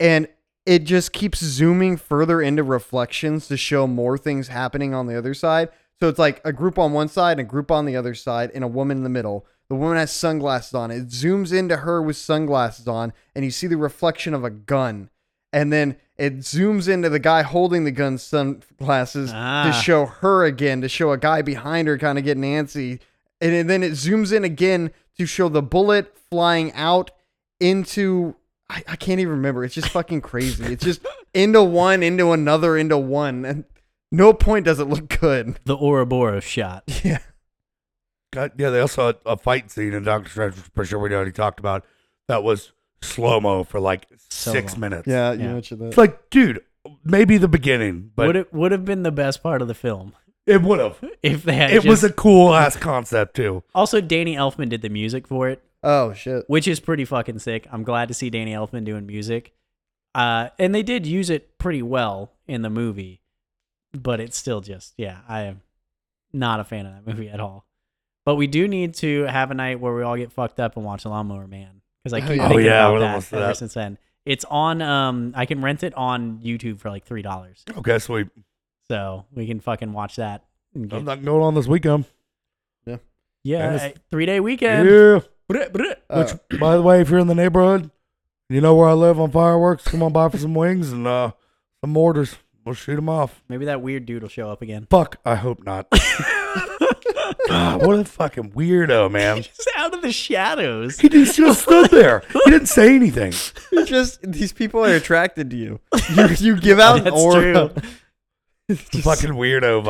Speaker 3: and it just keeps zooming further into reflections to show more things happening on the other side. So it's like a group on one side and a group on the other side, and a woman in the middle. The woman has sunglasses on. It zooms into her with sunglasses on, and you see the reflection of a gun. And then it zooms into the guy holding the gun sunglasses
Speaker 1: Ah.
Speaker 3: to show her again, to show a guy behind her kind of getting antsy. And, and then it zooms in again to show the bullet flying out into. I, I can't even remember. It's just fucking crazy. It's just into one, into another, into one. And no point does it look good. <laughs>
Speaker 1: the Ouroboros shot.
Speaker 3: Yeah.
Speaker 2: God, yeah, they also had a fight scene in Doctor Strange, which I'm pretty sure we already talked about. That was slow mo for like
Speaker 1: So
Speaker 2: six
Speaker 1: long.
Speaker 2: minutes.
Speaker 3: Yeah,
Speaker 1: you
Speaker 3: you
Speaker 1: Yeah.
Speaker 3: mentioned that.
Speaker 2: it's like, dude, maybe the beginning, but
Speaker 1: would
Speaker 2: it,
Speaker 1: it would have been the best part of the film <laughs>
Speaker 2: would have.
Speaker 1: if they had
Speaker 2: It was a
Speaker 1: just-
Speaker 2: cool ass concept too.
Speaker 1: also Danny Elfman did the music for it,
Speaker 3: oh shit.
Speaker 1: which is pretty fucking sick. I'm glad to see Danny Elfman doing music. Uh, and they did use it pretty well in the movie, but it's still just yeah, I am not a fan of that <laughs> movie at all. But we do need to have a night where we all get fucked up and watch Lawnmower Man because I
Speaker 3: Oh,
Speaker 1: keep
Speaker 3: yeah.
Speaker 1: thinking
Speaker 2: Oh, yeah,
Speaker 1: about
Speaker 2: we're
Speaker 1: that
Speaker 2: almost to
Speaker 1: ever
Speaker 2: that.
Speaker 1: since then. It's on. Um, I can rent it on YouTube for like three dollars,
Speaker 2: Okay, sweet.
Speaker 1: so we can fucking watch that. And get,
Speaker 2: I'm not going on this weekend.
Speaker 1: yeah,
Speaker 2: that's-
Speaker 1: three day weekend.
Speaker 2: Yeah.
Speaker 1: Brr, brr.
Speaker 3: Uh,
Speaker 2: Which, by the way, if you're in the neighborhood, you know where I live on fireworks. Come on by for some wings and uh, some mortars. We'll shoot them off.
Speaker 1: Maybe that weird dude will show up again. <laughs>
Speaker 2: Fuck, I hope not. God, what a fucking weirdo, man.
Speaker 1: Just out of the shadows.
Speaker 2: He just, just stood there. He didn't
Speaker 1: <laughs>
Speaker 2: say anything.
Speaker 3: it's just these people are attracted to you. <laughs> You, you give out an
Speaker 1: That's
Speaker 3: aura.
Speaker 1: true.
Speaker 3: It's just-
Speaker 2: Fucking weirdo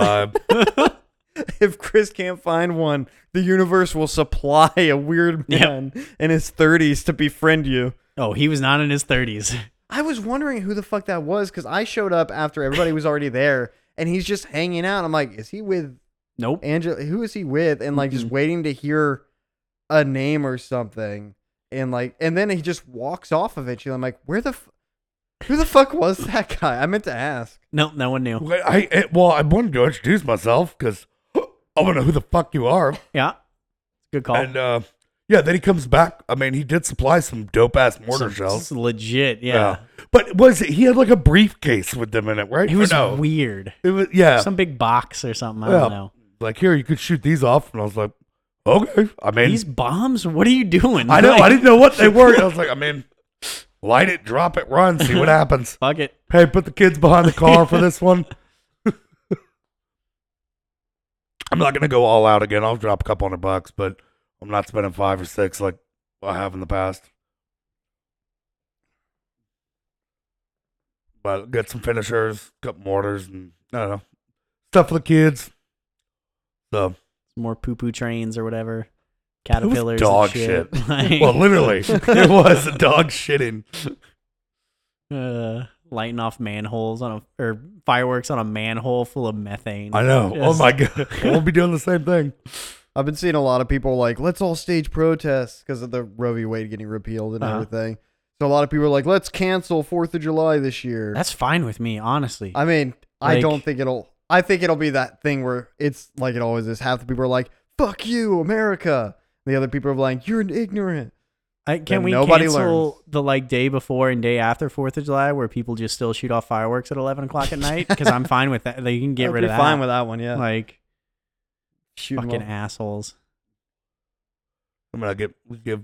Speaker 2: vibe.
Speaker 3: <laughs> if Chris can't find one, the universe will supply a weird
Speaker 1: Yep.
Speaker 3: man in his 30s to befriend you.
Speaker 1: Oh, he was not in his 30s.
Speaker 3: I was wondering who the fuck that was because I showed up after everybody was already there and he's just hanging out. I'm like, is he with
Speaker 1: <laughs> Nope.
Speaker 3: Angela? Who is he with? And like just
Speaker 1: Mhm.
Speaker 3: waiting to hear a name or something. And like, and then he just walks off eventually. I'm like, where the, f- who the fuck was that guy? I meant to ask.
Speaker 1: Nope, no one knew.
Speaker 2: Wait, I, eh, <laughs> well, I wanted to introduce myself because I want to know who the fuck you are.
Speaker 1: Yeah. Good call.
Speaker 2: And uh, yeah, then he comes back. I mean, he did supply some dope ass mortar
Speaker 1: Some-
Speaker 2: shells.
Speaker 1: this is legit, yeah.
Speaker 2: But was it, he had like a briefcase with them in it, right?
Speaker 1: It
Speaker 2: Or
Speaker 1: was
Speaker 2: no?
Speaker 1: weird.
Speaker 2: It was yeah.
Speaker 1: Some big box or something. I
Speaker 2: Yeah.
Speaker 1: don't know.
Speaker 2: like here, you could shoot these off, and I was like, okay. I mean,
Speaker 1: These bombs? What are you doing?
Speaker 2: I know I
Speaker 1: Like,
Speaker 2: didn't know what
Speaker 1: <laughs>
Speaker 2: they were. I was like, I mean, light it, drop it, run, see what happens.
Speaker 1: Fuck it.
Speaker 2: Hey, put the kids behind the car for this one. <laughs> I'm not gonna go all out again. I'll drop a couple hundred bucks, but I'm not spending five or six like I have in the past. But get some finishers, couple mortars, and I don't know stuff for the kids. So
Speaker 1: More poo poo trains or whatever. Caterpillars. and
Speaker 2: dog
Speaker 1: shit. <laughs> Like,
Speaker 2: Well, literally, it was a dog shitting.
Speaker 1: uh, lighting off manholes on a or fireworks on a manhole full of methane.
Speaker 2: I know.
Speaker 1: Yes.
Speaker 2: Oh my god, <laughs> we'll be doing the same thing.
Speaker 3: I've been seeing a lot of people like, let's all stage protests because of the Roe v. Wade getting repealed and
Speaker 1: Uh-huh.
Speaker 3: everything. So a lot of people are like, let's cancel Fourth of July this year.
Speaker 1: <laughs> That's fine with me, honestly.
Speaker 3: I mean, I
Speaker 1: Like-
Speaker 3: don't think it'll. I think it'll be that thing where it's like it always is. Half the people are like, "Fuck you, America." The other people are like, "You're ignorant."
Speaker 1: I, can
Speaker 3: then
Speaker 1: we
Speaker 3: nobody
Speaker 1: cancel
Speaker 3: learns.
Speaker 1: the like day before and day after Fourth of July where people just still shoot off fireworks at eleven o'clock at night? Because I'm fine with that. They can get
Speaker 3: I'd
Speaker 1: rid
Speaker 3: be
Speaker 1: of that.
Speaker 3: Fine with that one, yeah.
Speaker 1: like
Speaker 3: Shoot 'em
Speaker 1: fucking
Speaker 3: up.
Speaker 1: assholes.
Speaker 2: I'm gonna get we give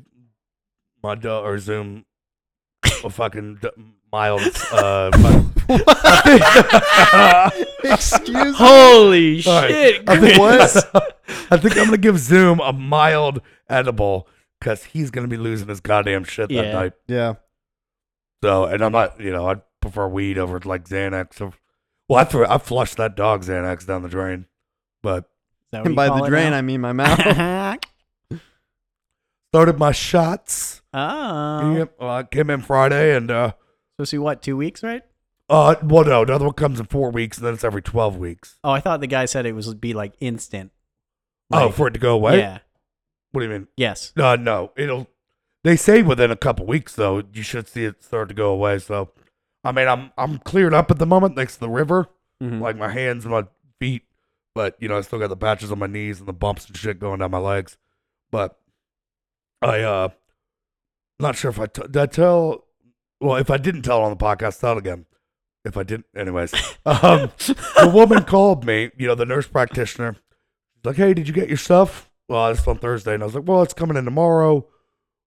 Speaker 2: my duh or Zoom a fucking d- mild. <laughs> Uh, fuck-
Speaker 3: <laughs> Excuse <laughs> me.
Speaker 1: Holy
Speaker 2: All right.
Speaker 1: shit!
Speaker 2: I think,
Speaker 1: Chris.
Speaker 2: <laughs> I think I'm gonna give Zoom a mild edible because he's gonna be losing his goddamn shit that
Speaker 1: Yeah.
Speaker 2: night.
Speaker 3: Yeah,
Speaker 2: So, and I'm not, you know, I'd prefer weed over like Xanax. Or, well, I threw, I flushed that dog Xanax down the drain, but
Speaker 1: Is that what
Speaker 3: and
Speaker 1: you
Speaker 3: by
Speaker 1: call
Speaker 3: the
Speaker 1: it
Speaker 3: drain,
Speaker 1: now?
Speaker 3: I mean my <laughs> mouth.
Speaker 1: <laughs>
Speaker 2: started my shots.
Speaker 1: oh,
Speaker 2: Yep, uh, I came in Friday and uh,
Speaker 1: so see what two weeks, right?
Speaker 2: uh, well, no, another one comes in four weeks and then it's every twelve weeks.
Speaker 1: Oh, I thought the guy said it was be like instant.
Speaker 2: oh,
Speaker 1: Like,
Speaker 2: for it to go away.
Speaker 1: yeah,
Speaker 2: What do you mean?
Speaker 1: yes.
Speaker 2: No, no, it'll. They say within a couple weeks though, you should see it start to go away. So, I mean, I'm I'm cleared up at the moment thanks to the river,
Speaker 1: Mhm.
Speaker 2: <laughs> like my hands and my feet, but you know I still got the patches on my knees and the bumps and shit going down my legs. But I uh, not sure if I t- did I tell. Well, if I didn't tell on the podcast, tell it again. If I didn't, anyways, um, the woman called me. You know, the nurse practitioner. She's like, "Hey, did you get your stuff?" Well, it's on Thursday, and I was like, "Well, it's coming in tomorrow."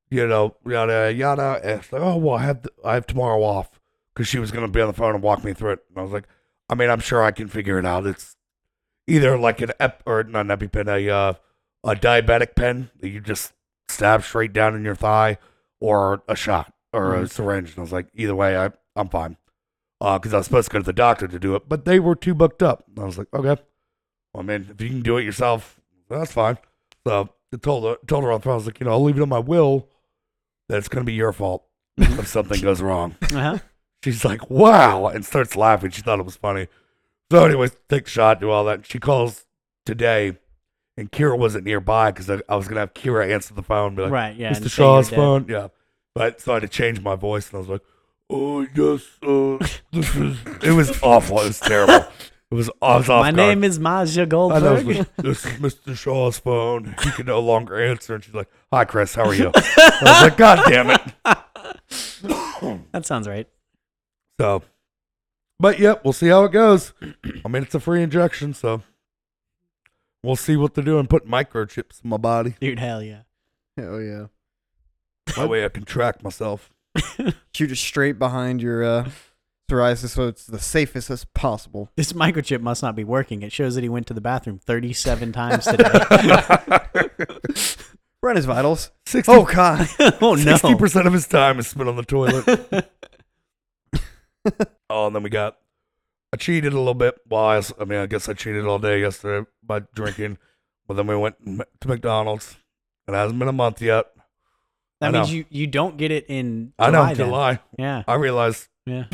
Speaker 2: You know, yada yada. And she's like, "Oh, well, I have th- I have tomorrow off," because she was gonna be on the phone and walk me through it. And I was like, "I mean, I'm sure I can figure it out. It's either like an ep or not an EpiPen, a uh, a diabetic pen that you just stab straight down in your thigh, or a shot or a syringe." And I was like, "Either way, I I'm fine." Because I was supposed to go to the doctor to do it, but they were too booked up. And I was like, okay. Well, I mean, if you can do it yourself, that's fine. So I told her, told her on the phone, I was like, you know, I'll leave it on my will that it's going to be your fault if something goes wrong.
Speaker 1: Uh-huh.
Speaker 2: She's like, wow, and starts laughing. She thought it was funny. So, anyways, take the shot, do all that. She calls today, and Kira wasn't nearby because I, I was going to have Kira answer the phone and be like,
Speaker 1: right. Yeah. and
Speaker 2: Mr.
Speaker 1: say you're
Speaker 2: Shaw's
Speaker 1: dead.
Speaker 2: phone. Yeah. But so I had to change my voice and I was like, Oh yes,
Speaker 1: <laughs>
Speaker 2: uh, this is it was awful. It was terrible. It was I was off
Speaker 1: My
Speaker 2: guard.
Speaker 1: name is Maja
Speaker 2: I know, it
Speaker 1: Goldberg.
Speaker 2: was like, this is Mr. Shaw's phone. He can no longer answer. And she's like, Hi Chris, how are
Speaker 1: <laughs>
Speaker 2: you? I was like, God damn it.
Speaker 1: <laughs> that sounds right.
Speaker 2: So but yep, we'll see how it goes. I mean it's a free injection, so we'll see what they're doing, putting microchips in my body.
Speaker 1: Dude, hell yeah.
Speaker 3: Hell yeah.
Speaker 2: That way I can
Speaker 1: <laughs>
Speaker 2: track myself.
Speaker 3: Shoot it straight behind your uh, psoriasis, so it's the safest as possible.
Speaker 1: This microchip must not be working. It shows that he went to the bathroom
Speaker 2: <laughs>
Speaker 1: 37 times today. <laughs>
Speaker 3: Run his vitals.
Speaker 2: 60
Speaker 3: Oh God.
Speaker 1: oh, no. <laughs>
Speaker 2: Sixty percent of his time is spent on the toilet. <laughs> oh, and then we got. I cheated a little bit. Well, I, s- I mean, I guess I cheated all day yesterday by drinking. But then we went m- to McDonald's. It hasn't been a month yet. I
Speaker 1: That means
Speaker 2: know.
Speaker 1: you, you don't get it in
Speaker 2: I know
Speaker 1: July.
Speaker 2: July.
Speaker 1: then. Yeah.
Speaker 2: I realized. <laughs>
Speaker 1: Yeah.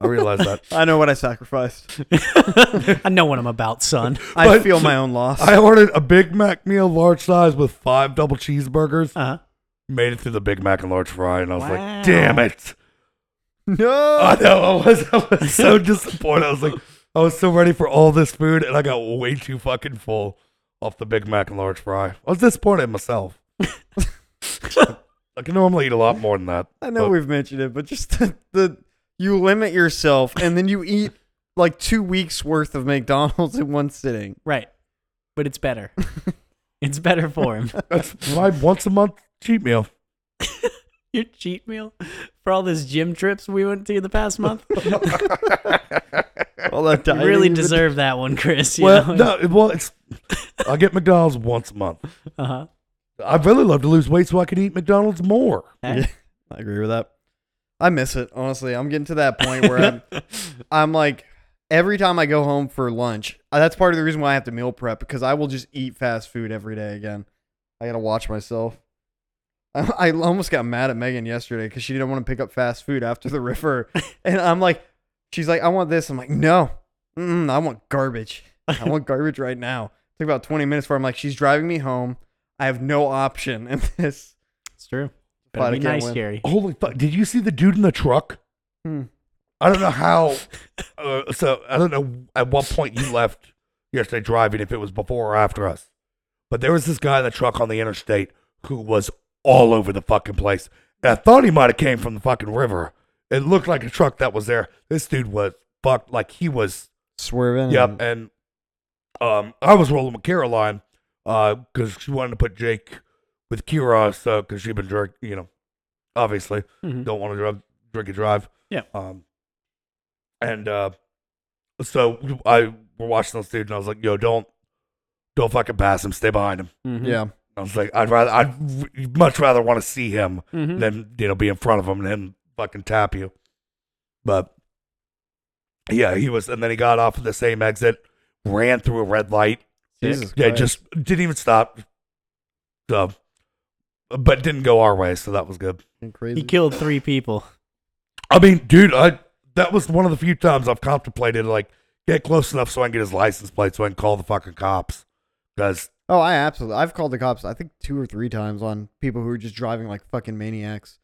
Speaker 2: I realized that.
Speaker 3: I know what I <laughs> sacrificed.
Speaker 1: I know what I'm about,
Speaker 2: <laughs>
Speaker 1: son.
Speaker 3: I
Speaker 2: But-
Speaker 3: feel my own loss.
Speaker 2: I ordered a Big Mac meal, large size, with five double cheeseburgers.
Speaker 1: Uh-huh.
Speaker 2: Made it through the Big Mac and large fry, and I was
Speaker 1: Wow.
Speaker 2: like, "Damn it!"
Speaker 3: <laughs> no.
Speaker 2: I know. I was, I was so <laughs> disappointed. I was like, I was so ready for all this food, and I got way too fucking full off the Big Mac and large fry. I was disappointed
Speaker 1: <laughs>
Speaker 2: in myself. I can normally eat a lot more than that.
Speaker 3: I know
Speaker 2: but-
Speaker 3: we've mentioned it, but just the, the you limit yourself and then you eat like two weeks worth of McDonald's in one sitting. <laughs>
Speaker 1: Right. But it's
Speaker 2: <laughs>
Speaker 1: better. it's better for him. <laughs>
Speaker 2: That's my once a month cheat meal.
Speaker 1: Your cheat meal for all those gym trips we went to the past
Speaker 2: <laughs>
Speaker 1: month.
Speaker 3: All that
Speaker 1: You
Speaker 3: dieting
Speaker 1: really
Speaker 3: you've been-
Speaker 1: deserve that one, Chris. You
Speaker 2: well,
Speaker 1: know?
Speaker 2: no, it- well, it's I get McDonald's once a month.
Speaker 1: <laughs> Uh-huh.
Speaker 2: I'd really love to lose weight so I can eat McDonald's more.
Speaker 1: Eh.
Speaker 3: I agree with that. I miss it honestly. I'm getting to that point where I'm, I'm like every time I go home for lunch. uh, That's part of the reason why I have to meal prep because I will just eat fast food every day again. I gotta watch myself. <laughs> I, I almost got mad at Megan yesterday because she didn't want to pick up fast food after the river, and I'm like, She's like, I want this. I'm like, no, Mm-mm, I want garbage. I want garbage right now. Took about 20 minutes for. her. I'm like, she's driving me home. I have no option in <laughs> this.
Speaker 1: It's true.
Speaker 3: But I
Speaker 1: Better be
Speaker 3: can't
Speaker 1: nice,
Speaker 3: win.
Speaker 1: Gary.
Speaker 2: Holy fuck! Did you see the dude in the truck?
Speaker 3: Hmm.
Speaker 2: I don't know how. Uh, so I don't know at what point you left yesterday driving, if it was before or after us. But there was this guy in the truck on the interstate who was all over the fucking place. And I thought he might have came from the fucking river. It looked like a truck that was there. This dude was fucked. Like he was
Speaker 3: Swerving.
Speaker 2: Yep, and um, I was rolling with Caroline because she wanted to put Jake with Kira, so because she'd been drink, you know, obviously
Speaker 1: Mhm.
Speaker 2: don't want to drug, drink and drive.
Speaker 1: Yeah.
Speaker 2: Um, and uh, so I were watching this dude, and I was like, "Yo, don't, don't fucking pass him. Stay behind him."
Speaker 1: Mhm.
Speaker 3: Yeah.
Speaker 2: I was like, "I'd rather, I'd much rather want to see him
Speaker 3: Mm-hmm.
Speaker 1: Mhm.
Speaker 2: then you know be in front of him and him fucking tap you. But yeah, he was, and then he got off at the same exit, ran through a red light.
Speaker 3: Jesus
Speaker 2: Yeah,
Speaker 3: Christ.
Speaker 2: just didn't even stop. So, but didn't go our way, so that was good.
Speaker 3: Fucking crazy.
Speaker 1: He killed three people.
Speaker 2: I mean, dude, I that was one of the few times I've contemplated like get close enough so I can get his license plate so I can call the fucking cops because
Speaker 3: Oh, I absolutely. I've called the cops. I think two or three times on people who are just driving like fucking maniacs,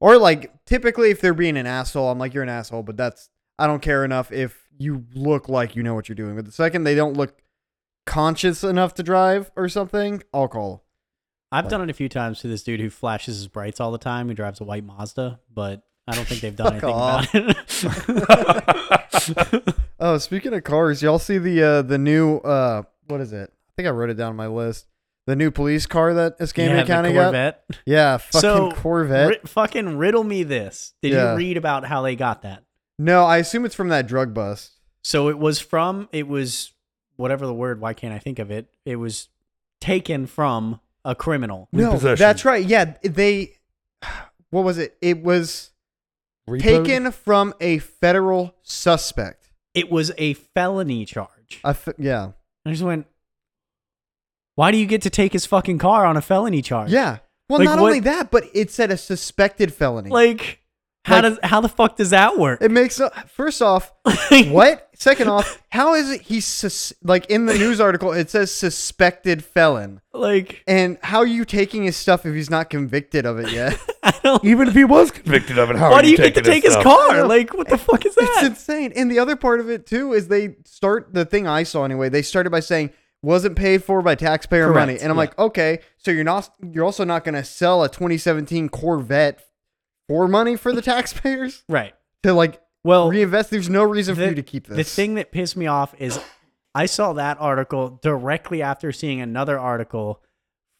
Speaker 3: or like typically if they're being an asshole, I'm like you're an asshole. But that's I don't care enough if you look like you know what you're doing. But the second they don't look conscious enough to drive or something, I'll call.
Speaker 1: I've done it a few times to this dude who flashes his brights all the time, who drives a white Mazda, but I don't think they've done
Speaker 3: Fuck
Speaker 1: anything
Speaker 3: off.
Speaker 1: about
Speaker 3: <laughs>
Speaker 1: it.
Speaker 3: Oh, speaking of cars, y'all see the uh, the new uh, what is it? I think I wrote it down on my list. The new police car that Escambia
Speaker 1: yeah,
Speaker 3: County
Speaker 1: the
Speaker 3: got.
Speaker 1: Corvette.
Speaker 3: Yeah, fucking
Speaker 1: So,
Speaker 3: Corvette.
Speaker 1: Ri- fucking riddle me this. Did
Speaker 3: Yeah.
Speaker 1: you read about how they got that?
Speaker 3: no, I assume it's from that drug bust.
Speaker 1: So it was from it was whatever the word. Why can't I think of it? It was taken from a criminal.
Speaker 2: New possession.
Speaker 3: that's right. Yeah, they. What was it? It was taken from a federal suspect.
Speaker 1: It was a felony charge.
Speaker 3: I f- yeah,
Speaker 1: I just went. Why do you get to take his fucking car on a felony charge?
Speaker 3: yeah. Well,
Speaker 1: Like,
Speaker 3: not
Speaker 1: what-
Speaker 3: only that, but it said a suspected felony.
Speaker 1: Like how
Speaker 3: Like-
Speaker 1: does how the fuck does that work? <laughs>
Speaker 3: it makes no- first off what? Second off, how is it he's sus- like in the news article? It says suspected felon,
Speaker 1: like
Speaker 3: and how are <laughs> you taking his stuff if he's not convicted of it yet?
Speaker 1: I don't.
Speaker 2: Even if he was convicted of it, how
Speaker 1: why
Speaker 2: are
Speaker 1: do
Speaker 2: you
Speaker 1: you get to
Speaker 2: taking his
Speaker 1: take his
Speaker 2: stuff?
Speaker 1: car? Like what the fuck is
Speaker 3: <laughs> It's
Speaker 1: that?
Speaker 3: insane. And the other part of it too is they start the thing I saw anyway. They started by saying wasn't paid for by taxpayer
Speaker 1: Correct,
Speaker 3: money, and I'm
Speaker 1: yeah.
Speaker 3: like, okay, so you're not you're also not going to sell a 2017 Corvette for money for the taxpayers <laughs>
Speaker 1: Right.
Speaker 3: to like
Speaker 1: Well,
Speaker 3: reinvest. There's no reason for
Speaker 1: the-
Speaker 3: you to keep this.
Speaker 1: The thing that pissed me off is I saw that article directly after seeing another article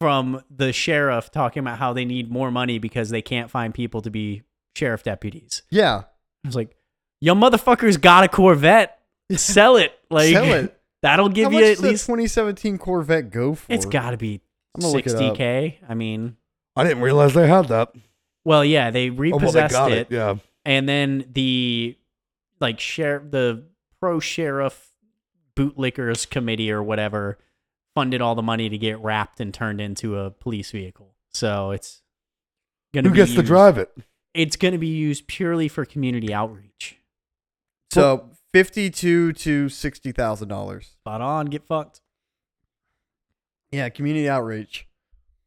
Speaker 1: from the sheriff talking about how they need more money because they can't find people to be sheriff deputies.
Speaker 3: yeah,
Speaker 1: I was like, yo, motherfuckers got a
Speaker 3: <laughs>
Speaker 1: Corvette. Sell it. Like,
Speaker 3: sell it.
Speaker 1: that'll <laughs> give
Speaker 3: How
Speaker 1: you
Speaker 3: much
Speaker 1: at
Speaker 3: does that
Speaker 1: least,
Speaker 3: 2017 Corvette go for?
Speaker 1: it's got to be
Speaker 3: I'm gonna look it up.
Speaker 1: 60K. I mean,
Speaker 2: I didn't realize they had that.
Speaker 1: well, yeah, they
Speaker 2: Oh, well,
Speaker 1: repossessed
Speaker 2: they got
Speaker 1: it.
Speaker 2: it. Yeah.
Speaker 1: and then the like share the pro sheriff bootlickers committee or whatever funded all the money to get wrapped and turned into a police vehicle. So it's gonna
Speaker 2: Who
Speaker 1: be
Speaker 2: gets to
Speaker 1: used-
Speaker 2: drive it?
Speaker 1: It's gonna be used purely for community outreach.
Speaker 3: so 52 to 60 thousand dollars.
Speaker 1: Spot on, get fucked.
Speaker 3: Yeah, community outreach.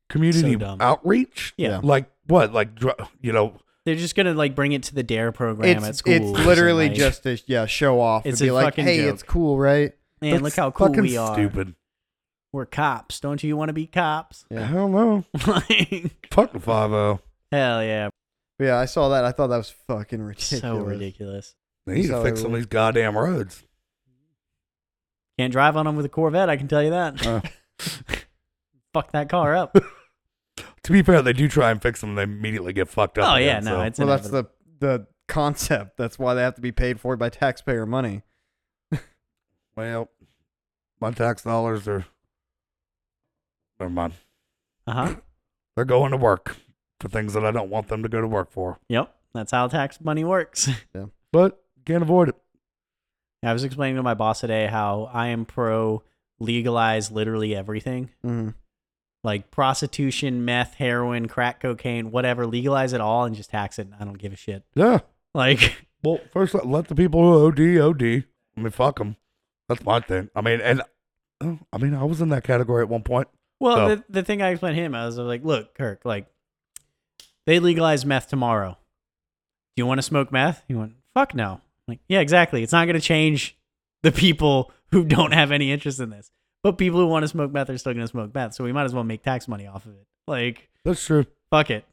Speaker 2: Community
Speaker 1: So dumb.
Speaker 2: outreach?
Speaker 1: Yeah.
Speaker 2: Like what? Like dr- you know,
Speaker 1: They're just gonna like bring it to the Dare program
Speaker 3: It's
Speaker 1: at school.
Speaker 3: it's literally
Speaker 1: like,
Speaker 3: just to yeah show off.
Speaker 1: It's
Speaker 3: and be
Speaker 1: a
Speaker 3: like,
Speaker 1: fucking
Speaker 3: hey,
Speaker 1: joke.
Speaker 3: it's cool, right?
Speaker 1: man,
Speaker 2: that's
Speaker 1: look how cool
Speaker 2: fucking
Speaker 1: we are.
Speaker 2: Stupid.
Speaker 1: We're cops, don't you want to be cops?
Speaker 3: Yeah.
Speaker 2: I don't know.
Speaker 1: <laughs> like,
Speaker 2: Fuck the five oh. zero.
Speaker 1: hell yeah,
Speaker 3: But yeah, I saw that. I thought that was fucking ridiculous.
Speaker 1: so ridiculous.
Speaker 2: They need to
Speaker 3: So
Speaker 2: fix some of
Speaker 3: everyone-
Speaker 2: these goddamn roads.
Speaker 1: Can't drive on them with a Corvette, I can tell you that.
Speaker 2: Uh.
Speaker 1: <laughs> Fuck that car up.
Speaker 2: To be fair, they do try and fix them, and they immediately get fucked up.
Speaker 1: oh yeah,
Speaker 2: again,
Speaker 1: no,
Speaker 2: so.
Speaker 1: it's
Speaker 3: Well, that's the the concept. That's why they have to be paid for by taxpayer money.
Speaker 2: well, my tax dollars are. Never mind.
Speaker 1: uh huh.
Speaker 2: They're going to work for things that I don't want them to go to work for.
Speaker 1: Yep, that's how tax money works. <laughs>
Speaker 2: But can't avoid it.
Speaker 1: I was explaining to my boss today how I am pro legalize literally everything,
Speaker 3: Mm-hmm.
Speaker 1: like prostitution, meth, heroin, crack cocaine, whatever. Legalize it all and just tax it. I don't give a shit.
Speaker 2: Yeah.
Speaker 1: Like <laughs>
Speaker 2: Well, first let, let the people who OD OD. I mean, fuck them. That's my thing. I mean, and <clears throat> oh, I mean, I was in that category at one point.
Speaker 1: Well,
Speaker 2: So-
Speaker 1: the, the thing I explained to him, I was like, look, Kirk, like, they legalize meth tomorrow. Do you want to smoke meth? He went, fuck no. I'm like, yeah, exactly. It's not going to change the people <laughs> who don't have any interest in this. But people who want to smoke meth are still going to smoke meth. So we might as well make tax money off of it. Like,
Speaker 2: That's true.
Speaker 1: fuck it.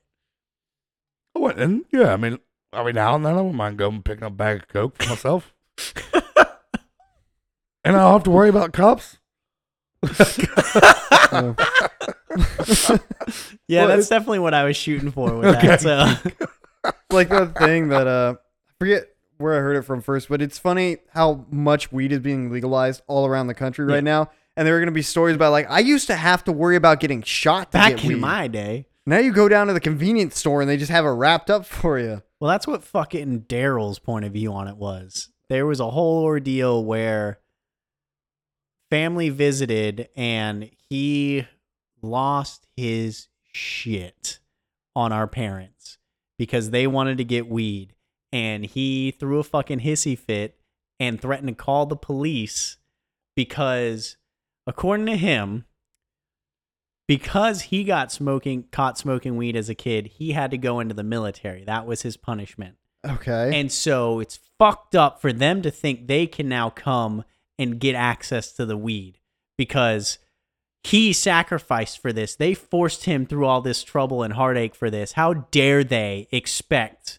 Speaker 2: I went and yeah, I mean, every now and then I wouldn't mind going and picking up a bag of coke for <laughs> myself, and I don't have to worry about cops.
Speaker 3: So-
Speaker 1: Yeah,
Speaker 2: Well,
Speaker 1: that's definitely what I was shooting for with that. So,
Speaker 3: like that thing that uh I forget where I heard it from first, but it's funny how much weed is being legalized all around the country
Speaker 1: Yeah.
Speaker 3: right now. And there are going to be stories about like I used to have to worry about getting shot to
Speaker 1: back
Speaker 3: get
Speaker 1: in
Speaker 3: weed.
Speaker 1: my day,
Speaker 3: now you go down to the convenience store and they just have it wrapped up for you.
Speaker 1: Well, that's what fucking Daryl's point of view on it was. There was a whole ordeal where family visited and he lost his shit on our parents because they wanted to get weed and he threw a fucking hissy fit and threatened to call the police because according to him because he got smoking caught smoking weed as a kid he had to go into the military that was his punishment
Speaker 3: Okay.
Speaker 1: and so it's fucked up for them to think they can now come and get access to the weed because he sacrificed for this. They forced him through all this trouble and heartache for this. How dare they expect